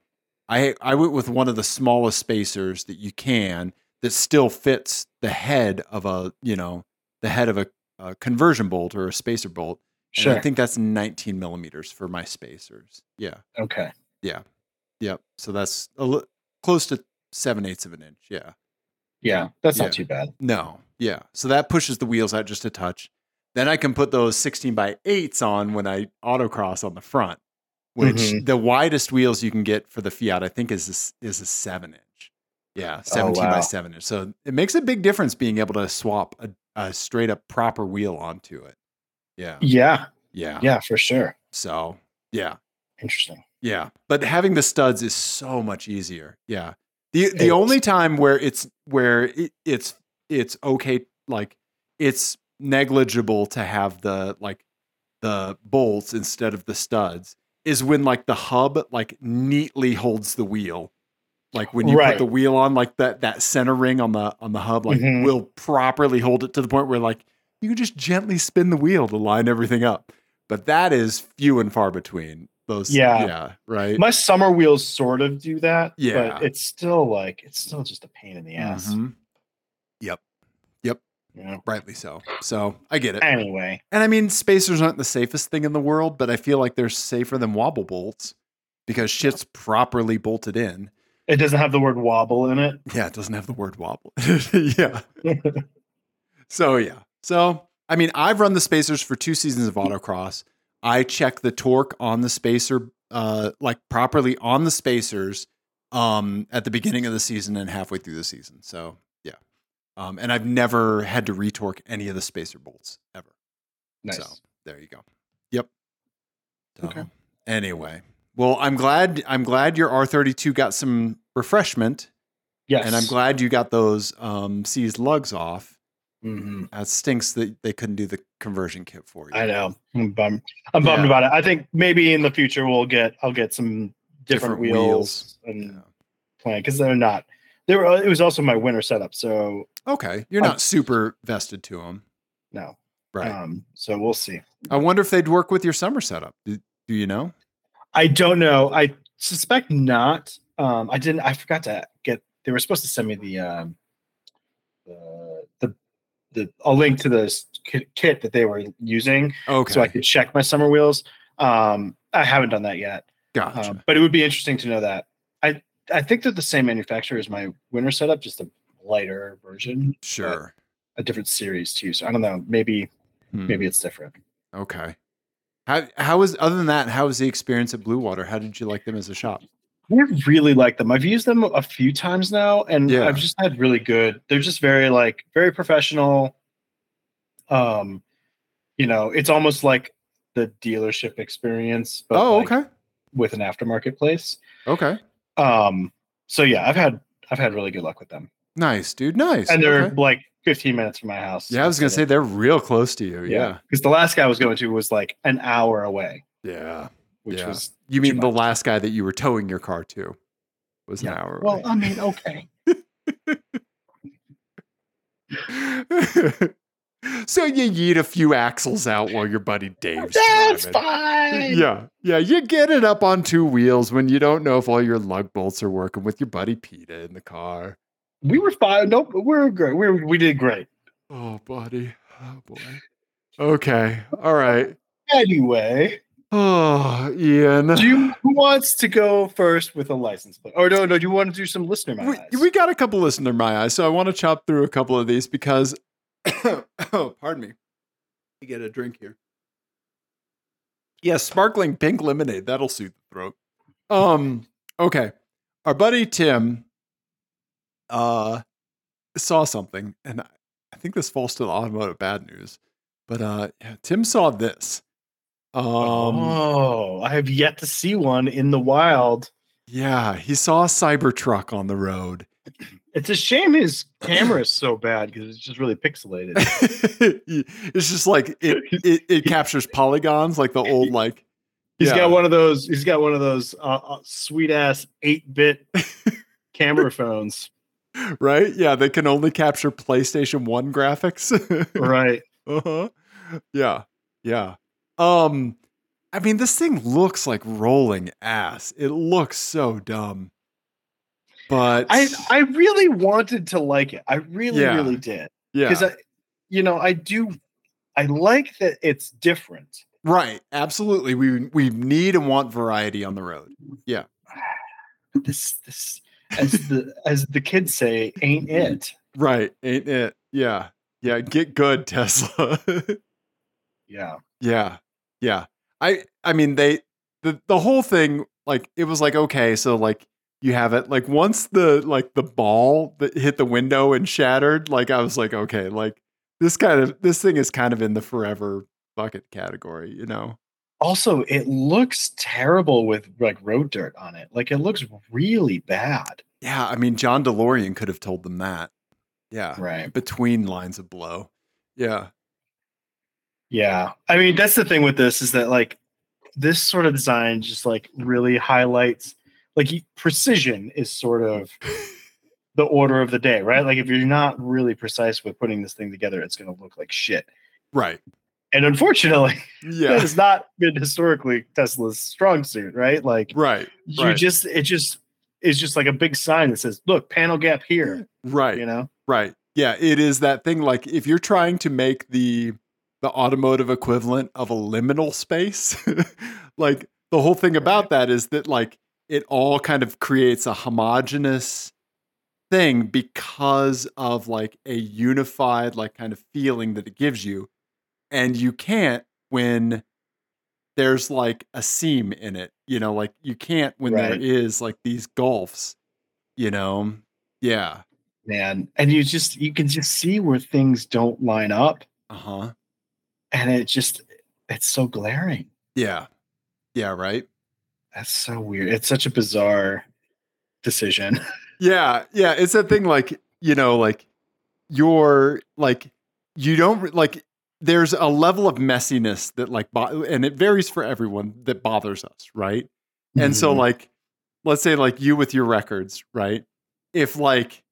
Speaker 2: I I went with one of the smallest spacers that you can that still fits the head of a, you know, the head of a, a conversion bolt or a spacer bolt. And
Speaker 1: Sure.
Speaker 2: I think that's 19 millimeters for my spacers. Yeah.
Speaker 1: okay.
Speaker 2: Yep. So that's a li- close to seven eighths of an inch. Yeah.
Speaker 1: Yeah, that's
Speaker 2: Yeah.
Speaker 1: not too bad.
Speaker 2: No. Yeah. So that pushes the wheels out just a touch. Then I can put those 16 by 8s on when I autocross on the front, which
Speaker 1: Mhm.
Speaker 2: the widest wheels you can get for the Fiat, I think, is a, s- is a 7 inch. Yeah, 17 by
Speaker 1: wow.
Speaker 2: 7 inch. So it makes a big difference being able to swap a, a straight up proper wheel onto it. Yeah.
Speaker 1: Yeah.
Speaker 2: Yeah.
Speaker 1: Yeah, for sure.
Speaker 2: So, yeah.
Speaker 1: Interesting.
Speaker 2: Yeah. But having the studs is so much easier. Yeah. The
Speaker 1: It
Speaker 2: the only time where it's where it, it's it's okay like it's negligible to have the like the bolts instead of the studs is when like the hub like neatly holds the wheel. Like when you
Speaker 1: Right.
Speaker 2: put the wheel on like that that center ring on the on the hub like
Speaker 1: Mhm.
Speaker 2: will properly hold it to the point where like you can just gently spin the wheel to line everything up. But that is few and far between. Those
Speaker 1: Yeah.
Speaker 2: yeah, right?
Speaker 1: My summer wheels sort of do that.
Speaker 2: Yeah.
Speaker 1: But it's still like it's still just a pain in the ass.
Speaker 2: Mhm. Mm-hmm.
Speaker 1: you know?
Speaker 2: Rightly so. So I get it.
Speaker 1: Anyway.
Speaker 2: And I mean, spacers aren't the safest thing in the world, but I feel like they're safer than wobble bolts because shit's properly bolted in.
Speaker 1: It doesn't have the word wobble in it.
Speaker 2: Yeah, it doesn't have the word wobble. yeah. So yeah. So I mean, I've run the spacers for two seasons of autocross. I check the torque on the spacer, uh, like properly on the spacers, um, at the beginning of the season and halfway through the season. So yeah. Um, and I've never had to retorque any of the spacer bolts ever.
Speaker 1: nice.
Speaker 2: So there you go. Yep. So,
Speaker 1: Okay.
Speaker 2: Anyway, well, I'm glad I'm glad your R32 got some refreshment,
Speaker 1: Yes.
Speaker 2: and I'm glad you got those um, C's lugs off.
Speaker 1: Mhm.
Speaker 2: That stinks that they couldn't do the conversion kit for you.
Speaker 1: I know. I'm bummed. I'm bummed
Speaker 2: Yeah.
Speaker 1: about it. I think maybe in the future we'll get I'll get some different,
Speaker 2: Different
Speaker 1: wheels,
Speaker 2: wheels.
Speaker 1: and
Speaker 2: Yeah.
Speaker 1: plan because they're not. They were. It was also my winter setup, so
Speaker 2: Okay, you're
Speaker 1: Um,
Speaker 2: not super vested to them.
Speaker 1: no.
Speaker 2: Right.
Speaker 1: Um, so we'll see.
Speaker 2: I wonder if they'd work with your summer setup. Do, do you know?
Speaker 1: I don't know. I suspect not. Um, I didn't. I forgot to get. They were supposed to send me the um, the the, the a link to the kit, kit that they were using,
Speaker 2: Okay.
Speaker 1: so I could check my summer wheels. Um, I haven't done that yet,
Speaker 2: gotcha.
Speaker 1: um, but it would be interesting to know that. I I think they're the same manufacturer as my winter setup, just a lighter version,
Speaker 2: sure.
Speaker 1: a different series too. So I don't know. Maybe
Speaker 2: Hmm.
Speaker 1: maybe it's different.
Speaker 2: Okay. How how was other than that? How was the experience at Blue Water? How did you like them as a shop?
Speaker 1: I really like them. I've used them a few times now, and
Speaker 2: Yeah.
Speaker 1: I've just had really good. They're just very like very professional. Um, you know, it's almost like the dealership experience, but
Speaker 2: oh,
Speaker 1: like,
Speaker 2: okay,
Speaker 1: with an aftermarket place.
Speaker 2: okay,
Speaker 1: Um, so yeah, I've had I've had really good luck with them,
Speaker 2: nice, dude, nice.
Speaker 1: and they're
Speaker 2: Okay.
Speaker 1: like 15 minutes from my house.
Speaker 2: yeah, I was gonna say they're real close to you. Yeah,
Speaker 1: because the last guy I was going to was like an hour away,
Speaker 2: yeah.
Speaker 1: which
Speaker 2: Yeah.
Speaker 1: was
Speaker 2: You mean
Speaker 1: Too
Speaker 2: the last guy that you were towing your car to was an
Speaker 1: Yeah.
Speaker 2: hour?
Speaker 1: well,
Speaker 2: away.
Speaker 1: I mean, okay,
Speaker 2: so you yeet a few axles out while your buddy Dave's
Speaker 1: that's
Speaker 2: driving.
Speaker 1: fine.
Speaker 2: Yeah, yeah, you get it up on two wheels when you don't know if all your lug bolts are working with your buddy Peta in the car.
Speaker 1: we were fine. Nope, we were great. We were, we did great.
Speaker 2: Oh, buddy. Oh, boy. Okay. All right.
Speaker 1: Anyway,
Speaker 2: Oh, Ian.
Speaker 1: do you, who wants to go first with a license plate? Or no, no, do you want to do some listener
Speaker 2: we,
Speaker 1: minds?
Speaker 2: we got a couple listener my eyes, so I want to chop through a couple of these because, oh, pardon me, I get a drink here. Yeah, sparkling pink lemonade that'll soothe the throat. Um, okay, our buddy Tim, uh, saw something, and I, I think this falls to the automotive bad news, but uh, yeah, Tim saw this. Um,
Speaker 1: oh, I have yet to see one in the wild.
Speaker 2: yeah, he saw a Cybertruck on the road.
Speaker 1: It's a shame his camera is so bad because it's just really pixelated.
Speaker 2: it's just like it, it it captures polygons like the old like
Speaker 1: He's
Speaker 2: Yeah.
Speaker 1: got one of those. He's got one of those uh, uh, sweet ass eight bit camera phones,
Speaker 2: right yeah they can only capture playstation 1 graphics
Speaker 1: right?
Speaker 2: uh-huh. yeah yeah um i mean this thing looks like rolling ass it looks so dumb but
Speaker 1: I I really wanted to like it. I really
Speaker 2: Yeah.
Speaker 1: really did
Speaker 2: yeah
Speaker 1: because I, you know, I do. I like that it's different.
Speaker 2: right absolutely we we need and want variety on the road
Speaker 1: this this as the as the kids say ain't it
Speaker 2: right ain't it yeah yeah get good tesla
Speaker 1: yeah
Speaker 2: Yeah. Yeah. I I mean they the the whole thing like it was like okay, so like you have it like once the like the ball that hit the window and shattered, like I was like okay, like this kind of this thing is kind of in the forever bucket category, you know.
Speaker 1: also it looks terrible with like road dirt on it like it looks really bad
Speaker 2: Yeah, I mean John DeLorean could have told them that. Yeah.
Speaker 1: right
Speaker 2: Between lines of blow. Yeah.
Speaker 1: yeah i mean that's the thing with this is that like this sort of design just like really highlights like y- precision is sort of the order of the day right like if you're not really precise with putting this thing together it's going to look like shit
Speaker 2: Right.
Speaker 1: and unfortunately that
Speaker 2: Yeah.
Speaker 1: has not been historically tesla's strong suit right like
Speaker 2: right.
Speaker 1: you
Speaker 2: Right.
Speaker 1: just it just it's just like a big sign that says look panel gap here
Speaker 2: Right.
Speaker 1: you know
Speaker 2: Right. Yeah, it is that thing like if you're trying to make the the automotive equivalent of a liminal space, like the whole thing about that is that like it all kind of creates a homogeneous thing because of like a unified like kind of feeling that it gives you and you can't when there's like a seam in it you know like you can't when there
Speaker 1: Right.
Speaker 2: is like these gulfs you know yeah
Speaker 1: man and you just you can just see where things don't line up
Speaker 2: uh-huh
Speaker 1: and it just it's so glaring
Speaker 2: Yeah. Yeah, right?
Speaker 1: that's so weird it's such a bizarre decision
Speaker 2: Yeah. Yeah, it's that thing like, you know, like you're like you don't like there's a level of messiness that like bo- and it varies for everyone that bothers us, right? And
Speaker 1: Mm-hmm.
Speaker 2: so like let's say like you with your records, right? If like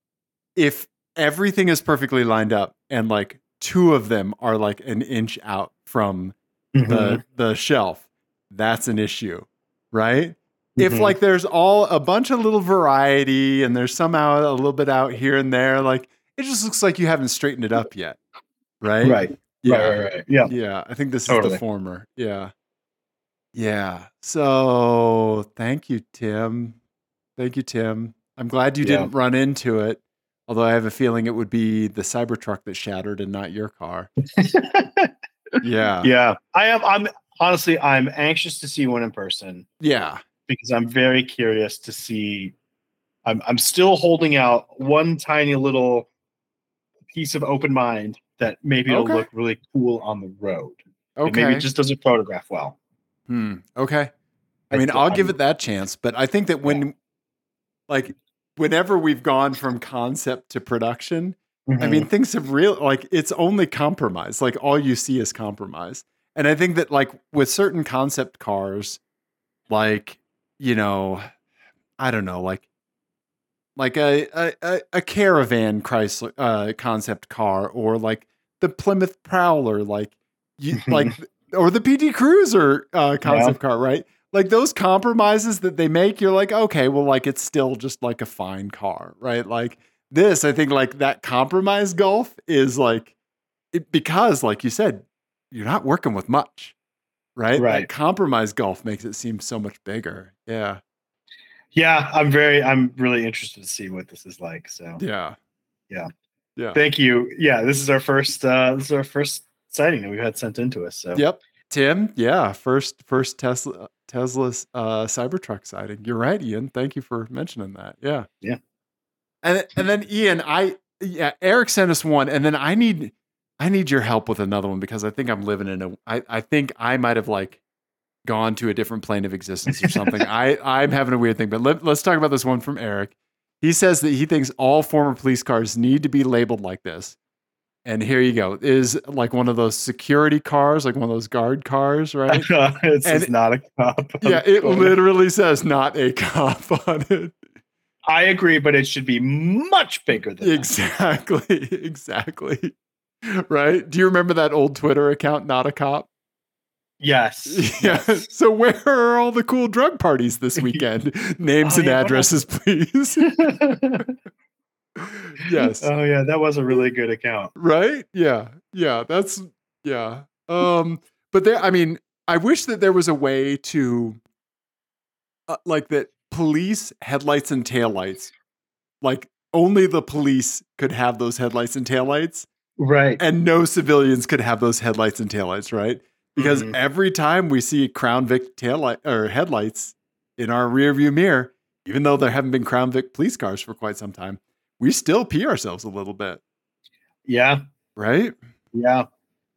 Speaker 2: if everything is perfectly lined up and like two of them are like an inch out from
Speaker 1: Mm-hmm.
Speaker 2: the the shelf. That's an issue, right? If
Speaker 1: Mhm.
Speaker 2: like there's all a bunch of little variety and there's somehow a little bit out here and there, like it just looks like you haven't straightened it up yet, right?
Speaker 1: right. Mm-hmm. Right,
Speaker 2: Yeah.
Speaker 1: right, right. Yeah.
Speaker 2: Yeah, I think this is the
Speaker 1: Totally.
Speaker 2: former. Yeah. Yeah. So thank you, Tim. Thank you, Tim. I'm glad you
Speaker 1: Yeah.
Speaker 2: didn't run into it, although I have a feeling it would be the Cybertruck that shattered and not your car. Yeah.
Speaker 1: yeah. I am I'm honestly I'm anxious to see one in person
Speaker 2: Yeah.
Speaker 1: because I'm very curious to see I'm I'm still holding out one tiny little piece of open mind that maybe it'll
Speaker 2: Okay.
Speaker 1: look really cool on the road. And
Speaker 2: Okay.
Speaker 1: maybe it just doesn't photograph well.
Speaker 2: Hmm. Okay. I
Speaker 1: I
Speaker 2: mean,
Speaker 1: th-
Speaker 2: I'll give
Speaker 1: I'm-
Speaker 2: it that chance, but I think that when, like, whenever we've gone from concept to production,
Speaker 1: Mm-hmm.
Speaker 2: I mean, things have real like it's only compromise. Like all you see is compromise. And I think that like with certain concept cars, like you know, I don't know, like like a a- a, a caravan Chrysler uh, concept car or like the Plymouth Prowler, like you like or the PT Cruiser uh, concept car, right? Like those compromises that they make, you're like, okay, well, like it's still just like a fine car, right? Like this, I think like that compromise golf is like it, because, like you said, you're not working with much, right? That
Speaker 1: Right.
Speaker 2: compromise golf makes it seem so much bigger. Yeah.
Speaker 1: yeah, I'm very I'm really interested to see what this is like. So
Speaker 2: Yeah.
Speaker 1: Yeah.
Speaker 2: Yeah.
Speaker 1: thank you. Yeah, this is our first uh this is our first sighting that we've had sent into us. So
Speaker 2: Yep. Tim, yeah, first first Tesla Tesla's uh Cybertruck sighting. You're right, Ian. Thank you for mentioning that. Yeah.
Speaker 1: Yeah.
Speaker 2: And and then Ian, I yeah, Eric sent us one and then I need I need your help with another one because I think I'm living in a I I think I might have like gone to a different plane of existence or something. I I'm having a weird thing, but let, let's talk about this one from Eric. He says that he thinks all former police cars need to be labeled like this. And here you go. It Is like one of those security cars, like one of those guard cars, right?
Speaker 1: it's
Speaker 2: And-
Speaker 1: just not a cop.
Speaker 2: yeah, it
Speaker 1: Totally.
Speaker 2: literally says not a cop on it.
Speaker 1: I agree, but it should be much bigger than that.
Speaker 2: Exactly. Exactly. Right? Do you remember that old Twitter account, not a cop?
Speaker 1: Yes.
Speaker 2: Yeah.
Speaker 1: yes.
Speaker 2: So where are all the cool drug parties this weekend? Names
Speaker 1: Oh,
Speaker 2: and
Speaker 1: yeah, what
Speaker 2: addresses, please. yes.
Speaker 1: Oh yeah, that was a really good account.
Speaker 2: right? Yeah. Yeah, that's yeah. Um but there I mean, I wish that there was a way to uh, like that police headlights and taillights. Like only the police could have those headlights and taillights
Speaker 1: Right.
Speaker 2: and no civilians could have those headlights and taillights, right? Because
Speaker 1: Mhm.
Speaker 2: every time we see Crown Vic taillight or headlights in our rearview mirror, even though there haven't been Crown Vic police cars for quite some time, we still pee ourselves a little bit,
Speaker 1: Yeah.
Speaker 2: right?
Speaker 1: Yeah.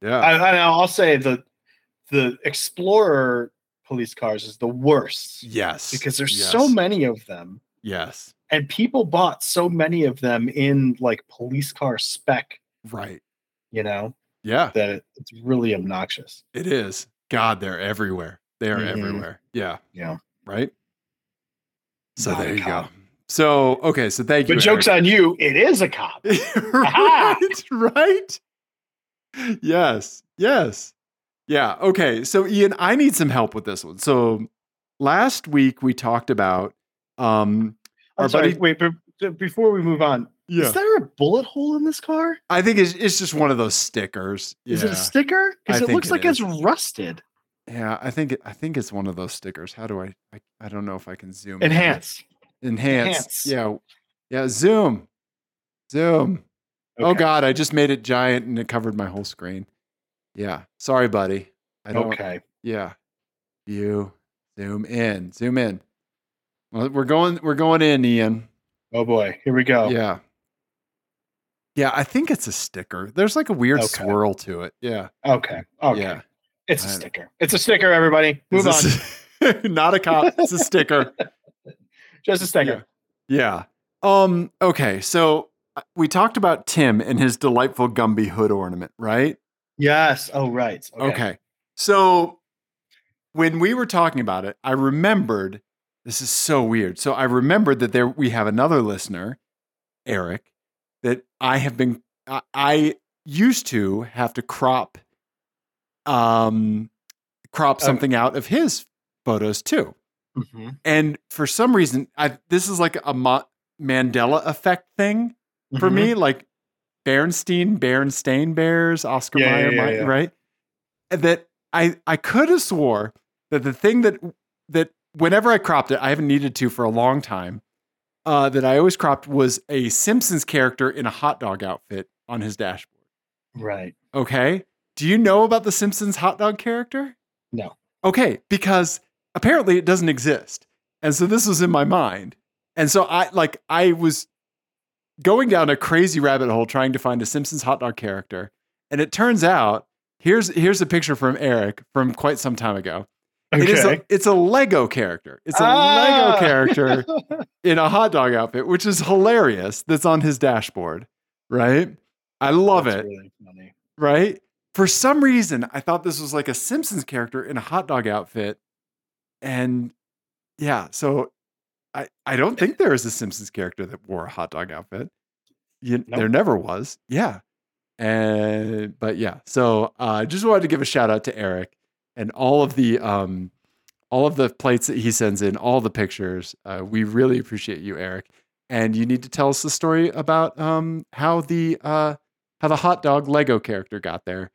Speaker 2: Yeah.
Speaker 1: I, I know, I'll say the the Explorer police cars is the worst
Speaker 2: Yes.
Speaker 1: because there's
Speaker 2: yes,
Speaker 1: so many of them.
Speaker 2: Yes.
Speaker 1: And people bought so many of them in like police car spec,
Speaker 2: Right.
Speaker 1: you know,
Speaker 2: Yeah,
Speaker 1: that it, it's really obnoxious.
Speaker 2: it is. God, they're everywhere. They are
Speaker 1: Mhm.
Speaker 2: everywhere. Yeah.
Speaker 1: Yeah.
Speaker 2: Right. So
Speaker 1: Not a
Speaker 2: there you go.
Speaker 1: cop.
Speaker 2: So okay. So thank you.
Speaker 1: But jokes on you, it is a cop.
Speaker 2: Eric.
Speaker 1: Aha!
Speaker 2: right. Right. Yes. Yes. Yeah. Okay. So Ian, I need some help with this one. So last week we talked about um
Speaker 1: I'm
Speaker 2: Our
Speaker 1: sorry,
Speaker 2: buddy-
Speaker 1: wait, but but before we move on,
Speaker 2: yeah.
Speaker 1: is there a bullet hole in this car?
Speaker 2: I think it's, it's just one of those stickers.
Speaker 1: Is
Speaker 2: yeah.
Speaker 1: it a sticker?
Speaker 2: I
Speaker 1: Because it
Speaker 2: think
Speaker 1: looks
Speaker 2: it
Speaker 1: like
Speaker 2: is.
Speaker 1: it's rusted.
Speaker 2: Yeah, I think it- I think it's one of those stickers. How do I? I, I don't know if I can zoom. in.
Speaker 1: Enhance.
Speaker 2: enhance.
Speaker 1: Enhance.
Speaker 2: Yeah, yeah. Zoom, zoom. Oh
Speaker 1: Okay.
Speaker 2: God, I just made it giant and it covered my whole screen. Yeah, sorry, buddy. I don't.
Speaker 1: Okay.
Speaker 2: Yeah, you zoom in, zoom in. Well, we're going, we're going in, Ian.
Speaker 1: Oh boy. Here we go.
Speaker 2: Yeah, yeah. I think it's a sticker. There's like a weird
Speaker 1: Okay.
Speaker 2: swirl to it. Yeah,
Speaker 1: Okay. Okay.
Speaker 2: yeah.
Speaker 1: It's a
Speaker 2: I-
Speaker 1: sticker. It's a sticker, everybody. Move on.
Speaker 2: It's a s- Not a cop. It's a sticker.
Speaker 1: Just a sticker.
Speaker 2: Yeah. Um. Okay. So uh, we talked about Tim and his delightful Gumby hood ornament, right?
Speaker 1: Yes. Oh, right.
Speaker 2: Okay. So when we were talking about it, I remembered. This is so weird. So I remembered that there we have another listener, Eric, that I have been. I, I used to have to crop um crop
Speaker 1: Oh.
Speaker 2: something out of his photos too.
Speaker 1: Mm-hmm.
Speaker 2: And for some reason, I this is like a Ma- Mandela effect thing
Speaker 1: Mm-hmm.
Speaker 2: for me, like Bernstein, Bernstein Bears, Oscar
Speaker 1: Yeah,
Speaker 2: Mayer,
Speaker 1: yeah, yeah,
Speaker 2: Mi-
Speaker 1: yeah.
Speaker 2: right? That I I could have swore that the thing that that whenever I cropped it, I haven't needed to for a long time. Uh, that I always cropped was a Simpsons character in a hot dog outfit on his dashboard.
Speaker 1: Right.
Speaker 2: Okay. Do you know about the Simpsons hot dog character?
Speaker 1: No.
Speaker 2: Okay, because apparently it doesn't exist. And so this was in my mind. And so I like I was going down a crazy rabbit hole trying to find a Simpsons hot dog character. And it turns out here's here's a picture from Eric from quite some time ago.
Speaker 1: Okay.
Speaker 2: It is a, it's a Lego character. It's a
Speaker 1: Ah!
Speaker 2: Lego character in a hot dog outfit, which is hilarious. That's on his dashboard, right? I love
Speaker 1: That's
Speaker 2: it
Speaker 1: really funny.
Speaker 2: right? For some reason, I thought this was like a Simpsons character in a hot dog outfit, and yeah, so I I don't think there is a Simpsons character that wore a hot dog outfit. You,
Speaker 1: Nope.
Speaker 2: There never was, yeah. And but yeah, so uh, I just wanted to give a shout out to Eric and all of the um all of the plates that he sends in, all the pictures. Uh, we really appreciate you, Eric. And you need to tell us the story about um how the uh how the hot dog Lego character got there,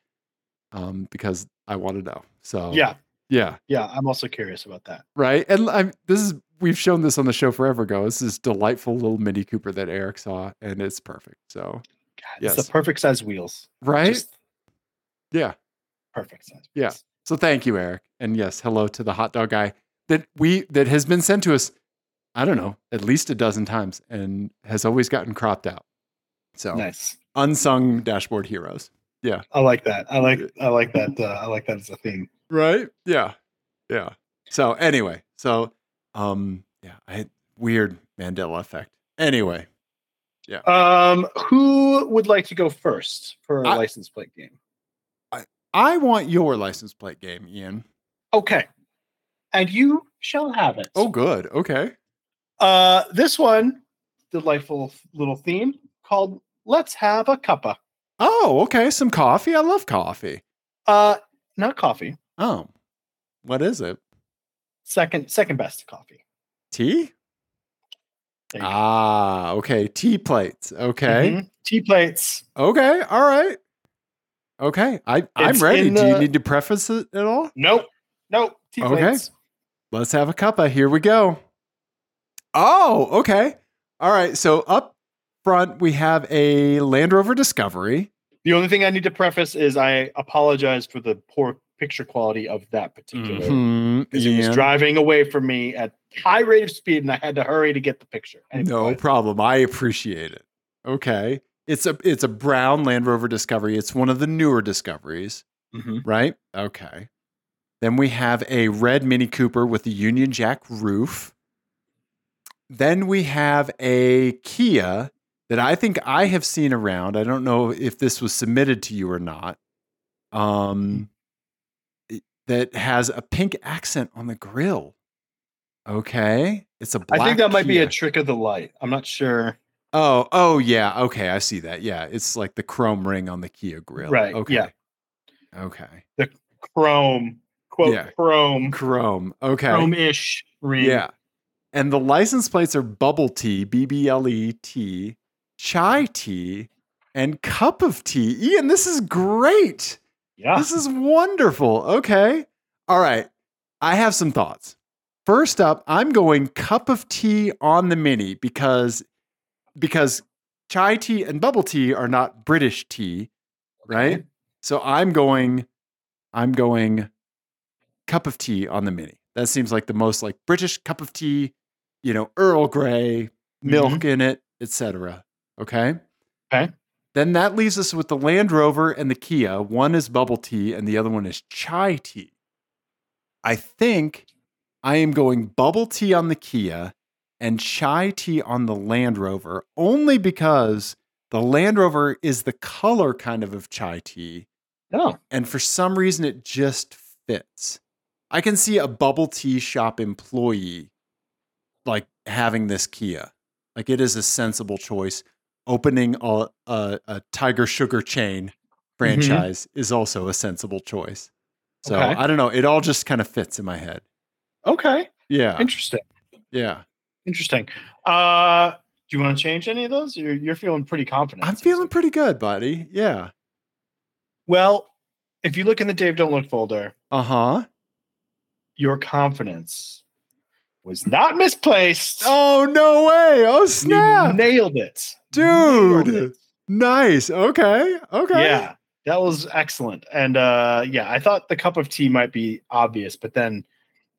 Speaker 2: um, because I want to know. So
Speaker 1: Yeah.
Speaker 2: yeah,
Speaker 1: Yeah. I'm also curious about that.
Speaker 2: right. And I'm, this is we've shown this on the show forever ago. This is delightful little Mini Cooper that Eric saw, and it's perfect. So
Speaker 1: God, It's
Speaker 2: Yes.
Speaker 1: the perfect size wheels.
Speaker 2: right,
Speaker 1: Just
Speaker 2: yeah.
Speaker 1: perfect size.
Speaker 2: Yeah.
Speaker 1: wheels.
Speaker 2: So thank you, Eric, and yes, hello to the hot dog guy that we that has been sent to us. I don't know, at least a dozen times, and has always gotten cropped out. So
Speaker 1: Nice.
Speaker 2: unsung dashboard heroes.
Speaker 1: I like that. I like. I like that. Uh, I like that as a theme.
Speaker 2: right yeah yeah so anyway so um yeah i had weird mandela effect anyway
Speaker 1: Um, who would like to go first for a
Speaker 2: I-
Speaker 1: license plate game?
Speaker 2: i want your license plate game ian
Speaker 1: Okay. And you shall have it.
Speaker 2: oh good okay
Speaker 1: Uh, this one, delightful little theme called "Let's Have a Cuppa."
Speaker 2: oh okay some coffee i love coffee
Speaker 1: Uh, not coffee.
Speaker 2: oh what is it
Speaker 1: Second, second best to coffee.
Speaker 2: tea
Speaker 1: There you go.
Speaker 2: ah okay tea plates okay
Speaker 1: Mhm. Tea plates.
Speaker 2: okay all right okay i i'm
Speaker 1: It's
Speaker 2: ready
Speaker 1: in
Speaker 2: do you
Speaker 1: the-
Speaker 2: need to preface it at all
Speaker 1: Nope. Nope. Tea
Speaker 2: Okay.
Speaker 1: plates.
Speaker 2: Let's have a cuppa. Here we go. Oh, okay. All right. So up front we have a Land Rover Discovery.
Speaker 1: The only thing I need to preface is I apologize for the poor picture quality of that particular.
Speaker 2: Mhm,
Speaker 1: Because Mm-hmm. it
Speaker 2: Ian.
Speaker 1: was driving away from me at high rate of speed, and I had to hurry to get the picture. Anyway,
Speaker 2: No problem. I appreciate it. Okay. It's a it's a brown Land Rover Discovery. It's one of the newer Discoveries,
Speaker 1: Mhm.
Speaker 2: right? Okay. Then we have a red Mini Cooper with the Union Jack roof. Then we have a Kia that I think I have seen around. I don't know if this was submitted to you or not. Um, it- that has a pink accent on the grill. Okay, it's a
Speaker 1: I
Speaker 2: black.
Speaker 1: think that might be a
Speaker 2: Kia.
Speaker 1: trick of the light. I'm not sure.
Speaker 2: oh, oh yeah. Okay, I see that. Yeah, it's like the chrome ring on the Kia grill.
Speaker 1: Right,
Speaker 2: Okay.
Speaker 1: yeah.
Speaker 2: Okay.
Speaker 1: Chrome, quote
Speaker 2: Yeah.
Speaker 1: chrome,
Speaker 2: Chrome. Okay.
Speaker 1: chrome-ish ring.
Speaker 2: Yeah. And the license plates are bubble tea, B B L E T, chai tea, and cup of tea. Ian, this is great.
Speaker 1: yeah.
Speaker 2: This is wonderful. Okay. All right. I have some thoughts. First up, I'm going cup of tea on the mini because because chai tea and bubble tea are not British tea, right?
Speaker 1: Okay.
Speaker 2: So I'm going I'm going cup of tea on the mini. That seems like the most like British cup of tea, you know, Earl Grey, milk in it, etc. Okay?
Speaker 1: Mm-hmm. Okay.
Speaker 2: Then that leaves us with the Land Rover and the Kia. One is bubble tea and the other one is chai tea. I think I am going bubble tea on the Kia and chai tea on the Land Rover only because the Land Rover is the color kind of of chai tea
Speaker 1: No.
Speaker 2: and for some reason it just fits. I can see a bubble tea shop employee like having this Kia. Like it is a sensible choice. Opening a a, a tiger sugar chain franchise is also a sensible choice. So
Speaker 1: Okay.
Speaker 2: I don't know. It all just kind of fits in my head.
Speaker 1: Okay.
Speaker 2: Yeah.
Speaker 1: Interesting.
Speaker 2: Yeah.
Speaker 1: Interesting. Uh, do you want to change any of those? You're, you're feeling pretty confident.
Speaker 2: I'm feeling pretty good, buddy. Yeah.
Speaker 1: well. If you look in the Dave Don't Look folder,
Speaker 2: Uh huh.
Speaker 1: your confidence was not misplaced.
Speaker 2: Oh, no way. Oh,
Speaker 1: You
Speaker 2: snap.
Speaker 1: nailed it,
Speaker 2: Dude.
Speaker 1: Nailed it.
Speaker 2: Nice. Okay. Okay.
Speaker 1: Yeah, that was excellent. And uh, yeah, I thought the cup of tea might be obvious, but then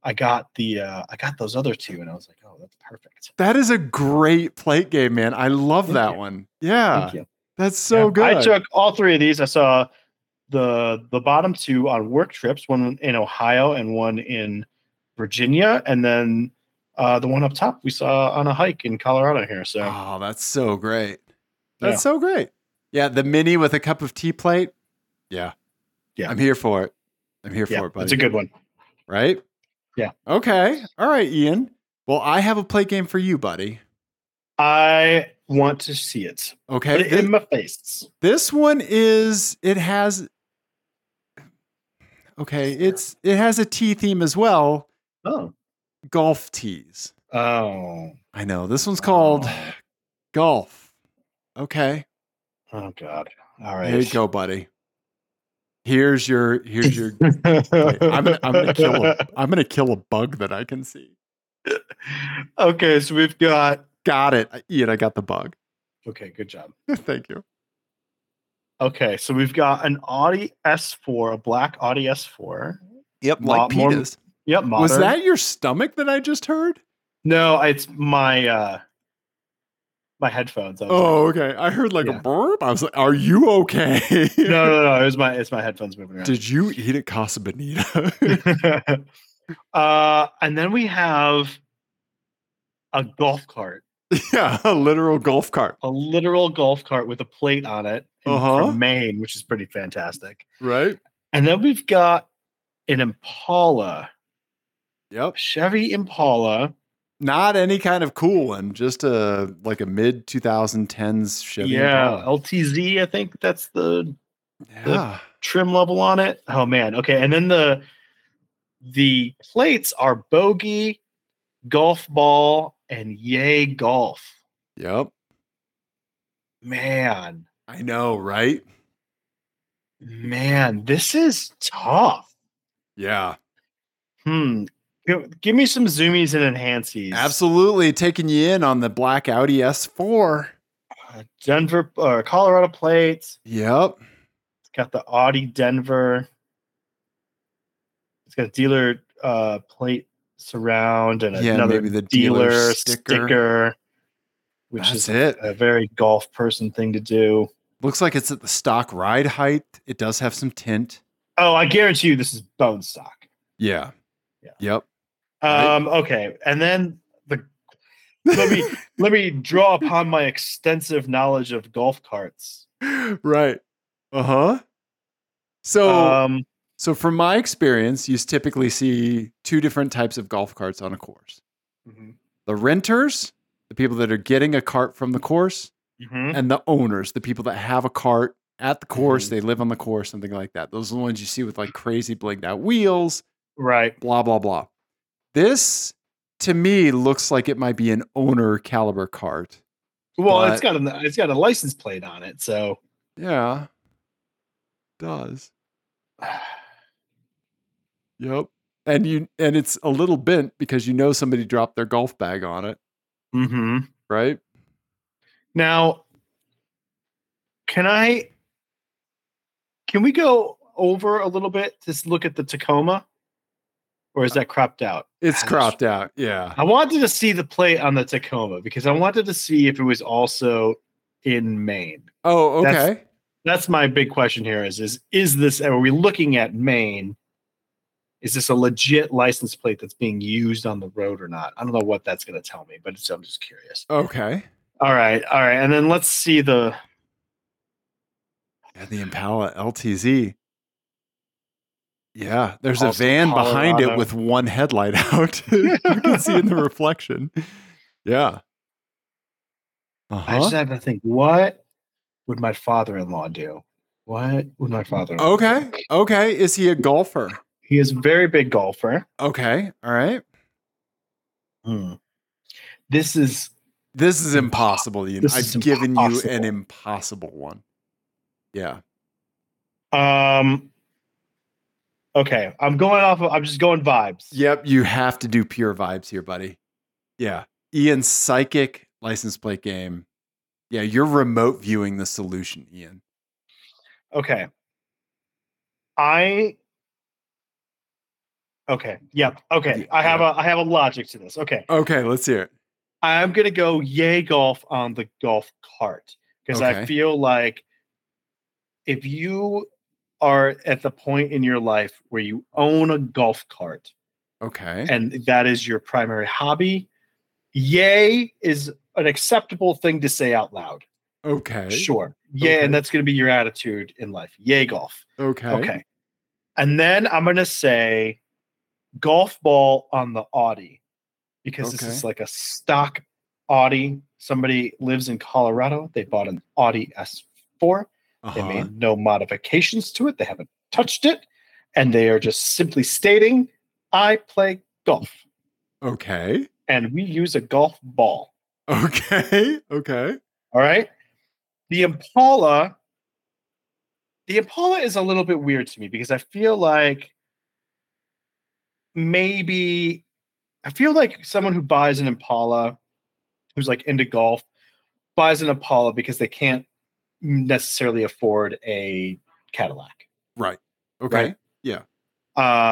Speaker 1: I got the uh, I got those other two, and I was like, oh, that's perfect.
Speaker 2: That is a great plate game, man. I love
Speaker 1: Thank
Speaker 2: that
Speaker 1: you.
Speaker 2: one. Yeah.
Speaker 1: Thank you.
Speaker 2: That's Ah, so
Speaker 1: Yeah.
Speaker 2: good.
Speaker 1: I took all three of these. I saw the the bottom two on work trips, one in Ohio and one in Virginia, and then uh, the one up top we saw on a hike in Colorado here. So
Speaker 2: Oh, that's so great. That's
Speaker 1: Yeah.
Speaker 2: so great. Yeah, the mini with a cup of tea plate. Yeah.
Speaker 1: Yeah.
Speaker 2: I'm here for it. I'm here for
Speaker 1: yeah,
Speaker 2: it, buddy.
Speaker 1: that's a good one.
Speaker 2: right?
Speaker 1: Yeah.
Speaker 2: Okay. All right, Ian. Well, I have a plate game for you, buddy.
Speaker 1: I want to see it.
Speaker 2: Okay.
Speaker 1: Put it
Speaker 2: Thi-
Speaker 1: in my face.
Speaker 2: this one is it has Okay, it's it has a tea theme as well,
Speaker 1: Oh.
Speaker 2: golf tees.
Speaker 1: Oh.
Speaker 2: I know. This one's called Golf. Okay.
Speaker 1: Oh God! All right,
Speaker 2: Here you go, buddy. Here's your here's your Wait, I'm gonna, I'm gonna kill a, I'm gonna kill a bug that I can see.
Speaker 1: Okay, so we've got.
Speaker 2: Got it, I- Ian. I got the bug.
Speaker 1: Okay, good job.
Speaker 2: Thank you.
Speaker 1: Okay, so we've got an Audi S4, a black Audi S4.
Speaker 2: Yep,
Speaker 1: Mo- more- Yep, modern.
Speaker 2: Was that your stomach that I just heard?
Speaker 1: No, it's my uh my headphones. I was like-
Speaker 2: Oh, okay. I heard like
Speaker 1: Yeah.
Speaker 2: a burp. I was like, "Are you okay?"
Speaker 1: no, no, no! It was my it's my headphones moving around.
Speaker 2: Did you eat at Casa Bonita?
Speaker 1: uh, and then we have a golf cart,
Speaker 2: yeah, a literal golf cart,
Speaker 1: a literal golf cart with a plate on it in-
Speaker 2: Uh-huh.
Speaker 1: from Maine, which is pretty fantastic.
Speaker 2: right?
Speaker 1: And then we've got an Impala,
Speaker 2: Yep.
Speaker 1: Chevy Impala.
Speaker 2: Not any kind of cool one. Just a like a mid 2010s Chevy.
Speaker 1: yeah,
Speaker 2: Impala.
Speaker 1: LTZ. I think that's the
Speaker 2: yeah.
Speaker 1: trim level on it. Oh man. Okay. And then the the plates are bogey, golf ball, and yay golf.
Speaker 2: Yep.
Speaker 1: Man,
Speaker 2: I know, right?
Speaker 1: man, this is tough.
Speaker 2: Yeah.
Speaker 1: Hmm. Gi- Give me some zoomies and enhancies.
Speaker 2: Absolutely taking you in on the black Audi S4.
Speaker 1: Uh, Denver or Colorado plates.
Speaker 2: Yep.
Speaker 1: got the Audi Denver. It's got a dealer uh, plate surround and
Speaker 2: Yeah,
Speaker 1: another
Speaker 2: maybe the
Speaker 1: dealer,
Speaker 2: dealer
Speaker 1: sticker,
Speaker 2: sticker.
Speaker 1: which
Speaker 2: That's
Speaker 1: is
Speaker 2: it.
Speaker 1: a very golf person thing to do.
Speaker 2: Looks like it's at the stock ride height. It does have some tint.
Speaker 1: Oh, I guarantee you this is bone stock.
Speaker 2: Yeah.
Speaker 1: Yeah.
Speaker 2: Yep. Right.
Speaker 1: Um, okay, and then the let me let me draw upon my extensive knowledge of golf carts.
Speaker 2: right. Uh-huh. So
Speaker 1: Um,
Speaker 2: so from my experience, you typically see two different types of golf carts on a course.
Speaker 1: mhm,
Speaker 2: The renters, the people that are getting a cart from the course,
Speaker 1: mhm.
Speaker 2: and the owners, the people that have a cart at the course, they live on the course, something like that. Those are the ones you see with like crazy blinged out wheels,
Speaker 1: right,
Speaker 2: blah, blah, blah. This to me looks like it might be an owner caliber cart.
Speaker 1: well, it's
Speaker 2: But-
Speaker 1: got a it's got a license plate on it, so
Speaker 2: Yeah. Does. Yep. And you and it's a little bent because you know somebody dropped their golf bag on it,
Speaker 1: mhm.
Speaker 2: right?
Speaker 1: Now, can I? Can we go over a little bit to s- look at the Tacoma, or is that cropped out?
Speaker 2: It's
Speaker 1: Gosh.
Speaker 2: cropped out. Yeah.
Speaker 1: I wanted to see the plate on the Tacoma because I wanted to see if it was also in Maine.
Speaker 2: Oh, okay.
Speaker 1: That's- That's my big question here: is is is this? Are we looking at Maine? Is this a legit license plate that's being used on the road or not? I don't know what that's going to tell me, but it's, I'm just curious.
Speaker 2: okay.
Speaker 1: All right, all right, and then let's see the
Speaker 2: Yeah, the Impala LTZ. Yeah, there's a
Speaker 1: Also
Speaker 2: van behind it
Speaker 1: Colorado.
Speaker 2: with one headlight out. you can see in the reflection. Yeah.
Speaker 1: I just
Speaker 2: Uh-huh.
Speaker 1: had to think, what would my father-in-law do What would my father?
Speaker 2: Uh-huh. Okay. Okay. Is he a golfer?
Speaker 1: He is a very big golfer.
Speaker 2: Okay. All right.
Speaker 1: Hmm. This is
Speaker 2: This is impossible. Ian.
Speaker 1: This
Speaker 2: I've
Speaker 1: is
Speaker 2: given you
Speaker 1: impossible.
Speaker 2: an impossible one. Yeah.
Speaker 1: um okay. I'm going off of I'm just going vibes.
Speaker 2: Yep. You have to do pure vibes here, buddy. Yeah. Ian's psychic license plate game. Yeah. You're remote viewing the solution, Ian.
Speaker 1: Okay. I Okay. Yep. Okay. I have a I have a logic to this. Okay.
Speaker 2: Okay. Let's hear it.
Speaker 1: I'm gonna go yay golf on the golf cart because
Speaker 2: Okay.
Speaker 1: I feel like if you are at the point in your life where you own a golf cart
Speaker 2: Okay.
Speaker 1: and that is your primary hobby, yay is an acceptable thing to say out loud.
Speaker 2: Okay.
Speaker 1: Sure. Yeah,
Speaker 2: Okay.
Speaker 1: and that's gonna be your attitude in life. Yay golf.
Speaker 2: Okay.
Speaker 1: Okay. And then I'm gonna say golf ball on the Audi because this is like a stock Audi. Somebody lives in Colorado. They bought an Audi S4. They
Speaker 2: Uh-huh.
Speaker 1: made no modifications to it. They haven't touched it, and they are just simply stating, "I play golf,
Speaker 2: Uh-huh. Okay.
Speaker 1: and we use a golf ball."
Speaker 2: Okay. Okay.
Speaker 1: All right. The Impala. The Impala is a little bit weird to me because I feel like maybe I feel like someone who buys an Impala who's like into golf buys an Impala because they can't necessarily afford a Cadillac.
Speaker 2: Right. Okay.
Speaker 1: Right.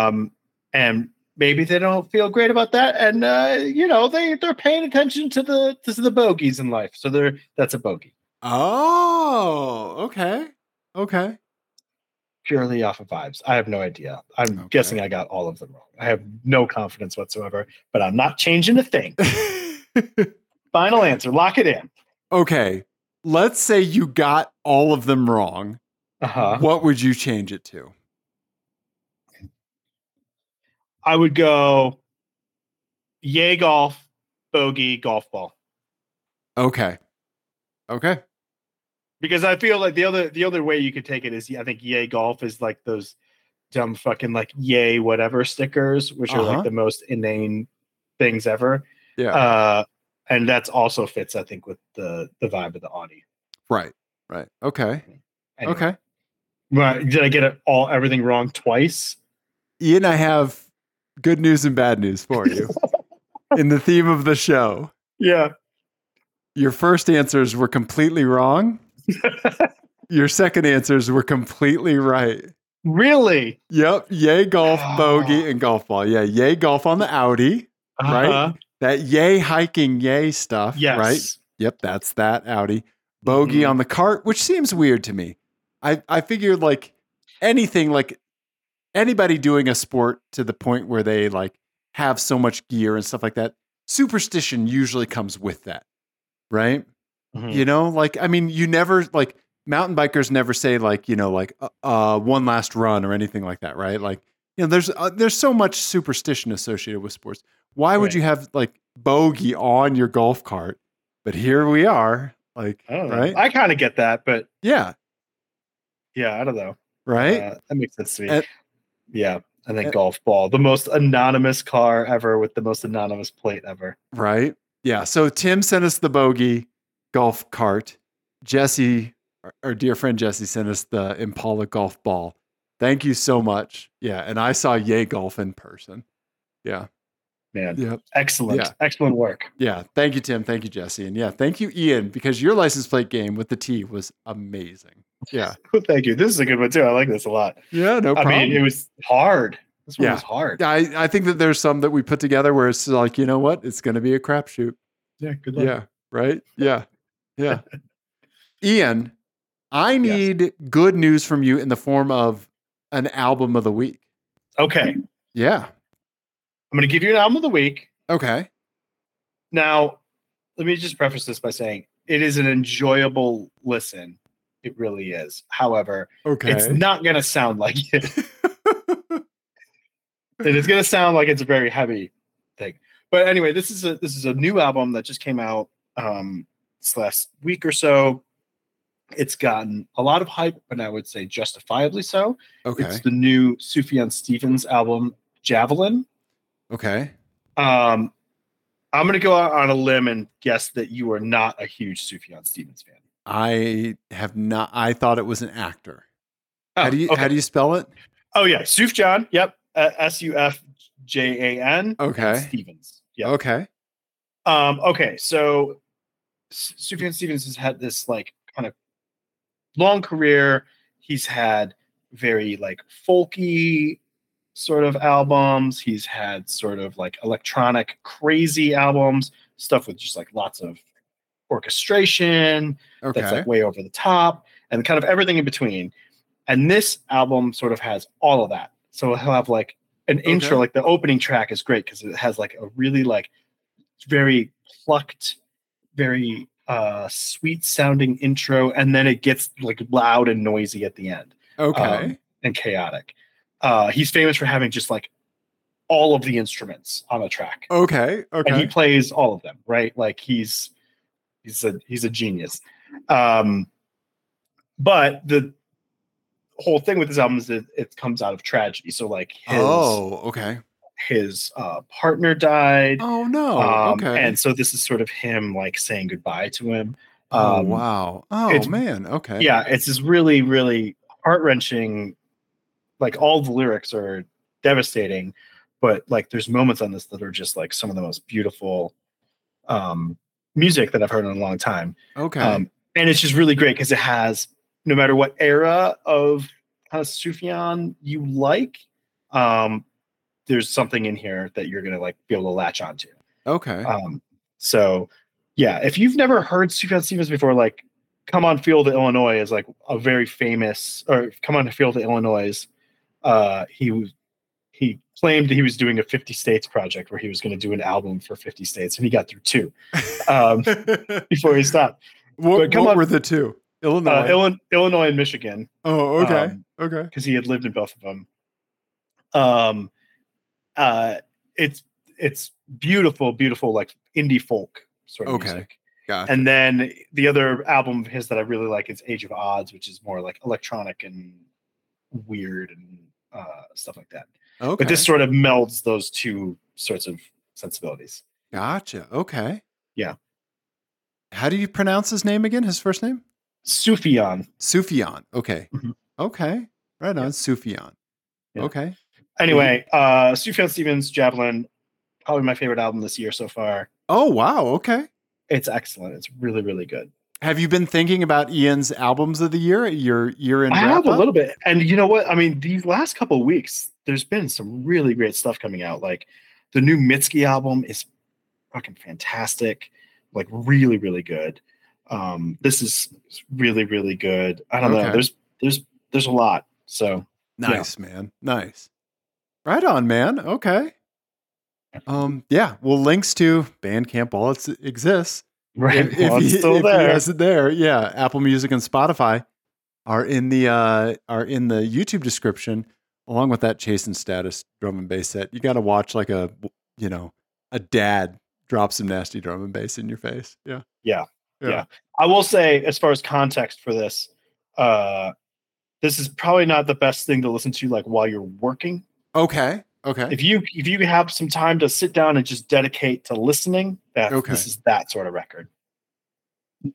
Speaker 1: Um and maybe they don't feel great about that and uh you know they they're paying attention to the to the bogeys in life. So they're that's a bogey.
Speaker 2: Oh. Okay. Okay.
Speaker 1: purely off of vibes. I have no idea. I'm
Speaker 2: Okay.
Speaker 1: guessing I got all of them wrong. I have no confidence whatsoever, but I'm not changing a thing. Final answer, lock it in.
Speaker 2: okay. Let's say you got all of them wrong.
Speaker 1: Uh-huh.
Speaker 2: What would you change it to?
Speaker 1: I would go yay golf, bogey, golf ball.
Speaker 2: Okay. Okay.
Speaker 1: Because I feel like the other the other way you could take it is I think yay golf is like those dumb fucking like yay whatever stickers, which are
Speaker 2: Uh-huh.
Speaker 1: like the most inane things ever.
Speaker 2: Yeah.
Speaker 1: Uh and that's also fits, I think, with the the vibe of the Audi.
Speaker 2: right. Right. Okay.
Speaker 1: Anyway.
Speaker 2: Okay.
Speaker 1: Right. Did I get it all everything wrong twice?
Speaker 2: Ian, I have good news and bad news for you. In the theme of the show,
Speaker 1: Yeah.
Speaker 2: your first answers were completely wrong. your second answers were completely right.
Speaker 1: Really?
Speaker 2: Yep. Yay, golf,
Speaker 1: Ah.
Speaker 2: bogey, and golf ball. Yeah. Yay, golf on the Audi. Right?
Speaker 1: Uh-huh.
Speaker 2: That yay, hiking, yay stuff.
Speaker 1: Yes.
Speaker 2: Right. Yep. That's that Audi. Bogey
Speaker 1: Mhm.
Speaker 2: on the cart, which seems weird to me. I, I figured like anything, like anybody doing a sport to the point where they like have so much gear and stuff like that, superstition usually comes with that. Right.
Speaker 1: Mhm.
Speaker 2: You know, like I mean, you never like mountain bikers never say like you know like uh, uh, one last run or anything like that, right? Like you know, there's uh, there's so much superstition associated with sports. Why would
Speaker 1: Right.
Speaker 2: you have like bogey on your golf cart? But here we are, like
Speaker 1: I don't know.
Speaker 2: right,
Speaker 1: Oh, I kind of get that, but
Speaker 2: yeah,
Speaker 1: yeah, I don't know.
Speaker 2: right,
Speaker 1: Uh, that makes sense to me.
Speaker 2: And-
Speaker 1: yeah. And then
Speaker 2: and-
Speaker 1: golf ball, the most anonymous car ever with the most anonymous plate ever.
Speaker 2: right, yeah. So Tim sent us the bogey golf cart. Jesse, our- our dear friend Jesse, sent us the Impala golf ball. Thank you so much. Yeah, and I saw Yay Golf in person. Yeah.
Speaker 1: Man,
Speaker 2: Yep.
Speaker 1: excellent.
Speaker 2: Yeah.
Speaker 1: Excellent work.
Speaker 2: Yeah. Thank you, Tim. Thank you, Jesse. And yeah, thank you, Ian, because your license plate game with the T was amazing. Yeah.
Speaker 1: Thank you. This is a good one too. I like this a lot.
Speaker 2: Yeah. No
Speaker 1: I mean, it was hard. This one
Speaker 2: Yeah.
Speaker 1: was hard.
Speaker 2: I, I think that there's some that we put together where it's like, you know what? It's going to be a crapshoot.
Speaker 1: Yeah. Good luck.
Speaker 2: Yeah. Right. Yeah. Yeah. Ian, I need good news from you in the form of an album of the week.
Speaker 1: Okay. I'm
Speaker 2: Yeah.
Speaker 1: going to give you an album of the week.
Speaker 2: Okay.
Speaker 1: Now, let me just preface this by saying it is an enjoyable listen. It really is. However,
Speaker 2: Okay.
Speaker 1: it's not going to sound like it. it is going to sound like it's a very heavy thing. But anyway, this is a this is a new album that just came out um this last week or so. It's gotten a lot of hype, and I would say justifiably so.
Speaker 2: Okay.
Speaker 1: It's the new Sufjan Stevens album, Javelin.
Speaker 2: Okay.
Speaker 1: Um, I'm going to go out on a limb and guess that you are not a huge Sufjan Stevens fan.
Speaker 2: I have not. I thought it was an actor.
Speaker 1: Oh,
Speaker 2: how do you
Speaker 1: okay.
Speaker 2: How do you spell it?
Speaker 1: Oh yeah, Sufjan. Yep, Uh, S U F J A N.
Speaker 2: Okay.
Speaker 1: Stevens. Yeah.
Speaker 2: Okay.
Speaker 1: Um, okay, so S- Sufjan Stevens has had this like kind of long career. He's had very like folky sort of albums. He's had sort of like electronic crazy albums, stuff with just like lots of orchestration
Speaker 2: Okay.
Speaker 1: that's like um, way over the top and kind of everything in between. And this album sort of has all of that. So he'll have like an
Speaker 2: Okay.
Speaker 1: intro, like the opening track is great because it has like a really like very plucked, very uh sweet sounding intro, and then it gets like loud and noisy at the end
Speaker 2: okay.
Speaker 1: um, and chaotic. Uh he's famous for having just like all of the instruments on a track
Speaker 2: okay. Okay.
Speaker 1: and he plays all of them right like he's he's a he's a genius um but the whole thing with this album is that it comes out of tragedy so like his
Speaker 2: oh. Okay.
Speaker 1: his uh partner died
Speaker 2: Oh no.
Speaker 1: um,
Speaker 2: okay.
Speaker 1: and so this is sort of him like saying goodbye to him
Speaker 2: oh
Speaker 1: um,
Speaker 2: wow. Oh
Speaker 1: it's-
Speaker 2: man. Okay.
Speaker 1: yeah it's this really really heart-wrenching like all the lyrics are devastating but like there's moments on this that are just like some of the most beautiful um music that i've heard in a long time
Speaker 2: Okay.
Speaker 1: um and it's just really great because it has no matter what era of kind of sufjan you like um there's something in here that you're gonna like be able to latch onto
Speaker 2: okay.
Speaker 1: um, so yeah, if you've never heard Sufjan Stevens before, like Come on Field to Illinois is like a very famous or Come on Field to Illinois. is, Uh he was he claimed that he was doing a 50 states project where he was going to do an album for 50 states and he got through two um,
Speaker 2: what
Speaker 1: before he stopped.
Speaker 2: what
Speaker 1: but come on.
Speaker 2: were the two? Illinois.
Speaker 1: Uh, Illinois, Illinois and Michigan.
Speaker 2: oh. Okay.
Speaker 1: um,
Speaker 2: okay.
Speaker 1: because he had lived in both of them. Um, uh, it's it's beautiful, beautiful like indie folk sort of
Speaker 2: Okay.
Speaker 1: music.
Speaker 2: Gotcha.
Speaker 1: And then the other album of his that I really like is Age of Odds, which is more like electronic and weird and uh, stuff like that.
Speaker 2: Okay.
Speaker 1: But this sort of melds those two sorts of sensibilities.
Speaker 2: Gotcha. Okay.
Speaker 1: Yeah.
Speaker 2: How do you pronounce his name again? His first name?
Speaker 1: Sufjan.
Speaker 2: Sufjan. Okay.
Speaker 1: Mhm.
Speaker 2: Okay. Right
Speaker 1: Yeah.
Speaker 2: on. Sufjan.
Speaker 1: Yeah.
Speaker 2: Okay.
Speaker 1: Anyway,
Speaker 2: Mm-hmm.
Speaker 1: uh, Sufjan Stevens, Javelin, probably my favorite album this year so far.
Speaker 2: Oh wow. Okay.
Speaker 1: It's excellent. It's really, really good.
Speaker 2: Have you been thinking about Ian's albums of the year? Your year in
Speaker 1: I
Speaker 2: wrap
Speaker 1: have a
Speaker 2: up?
Speaker 1: little bit, and you know what? I mean, these last couple of weeks, there's been some really great stuff coming out. Like the new Mitski album is fucking fantastic, like really, really good. Um, this is really, really good. I don't
Speaker 2: Okay.
Speaker 1: know. There's there's there's a lot. So
Speaker 2: Nice, man. Nice. Right on, man. Okay. Um, yeah. Well, links to Bandcamp while it exists.
Speaker 1: right,
Speaker 2: If,
Speaker 1: well,
Speaker 2: if,
Speaker 1: it's
Speaker 2: he-
Speaker 1: still
Speaker 2: if he
Speaker 1: there.
Speaker 2: hasn't there, yeah. Apple Music and Spotify are in the uh, are in the YouTube description, along with that Chase and Status drum and bass set. You got to watch like a you know a dad drop some nasty drum and bass in your face. Yeah.
Speaker 1: Yeah.
Speaker 2: Yeah.
Speaker 1: Yeah. I will say, as far as context for this, uh, this is probably not the best thing to listen to like while you're working.
Speaker 2: Okay. Okay.
Speaker 1: if you if you have some time to sit down and just dedicate to listening, that
Speaker 2: Okay.
Speaker 1: this is that sort of record. Yeah.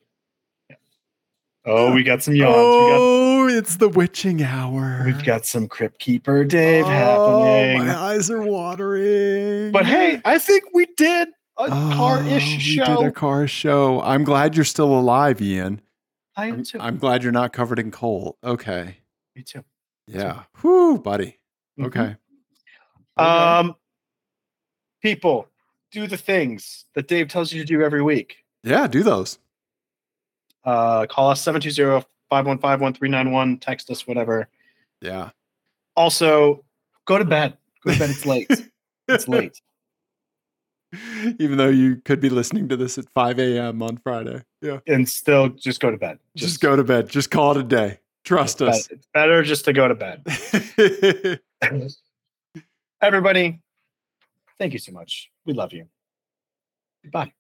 Speaker 1: Oh, we got some yawns.
Speaker 2: oh, it's the witching hour. Oh,
Speaker 1: we got, we've got some Crypt Keeper Dave happening.
Speaker 2: My eyes are watering.
Speaker 1: But hey, I think we did a
Speaker 2: Oh,
Speaker 1: car-ish
Speaker 2: We did
Speaker 1: show.
Speaker 2: a car show. I'm glad you're still alive, Ian.
Speaker 1: I am
Speaker 2: I'm,
Speaker 1: too.
Speaker 2: I'm glad you're not covered in coal. Okay.
Speaker 1: Me too.
Speaker 2: Yeah. Whoo, buddy.
Speaker 1: Mhm.
Speaker 2: Okay. Okay.
Speaker 1: Um, people, do the things that Dave tells you to do every week.
Speaker 2: yeah, do those.
Speaker 1: Uh, call us 720-515-1391. Text us, whatever.
Speaker 2: Yeah.
Speaker 1: Also, go to bed. Go to bed. It's late. it's late.
Speaker 2: Even though you could be listening to this at 5 a.m. on Friday. Yeah.
Speaker 1: And still just go to bed.
Speaker 2: Just, go to bed. Just call it a day. Trust
Speaker 1: to bed.
Speaker 2: us.
Speaker 1: It's better just to go to bed. Everybody, thank you so much. We love you. Goodbye.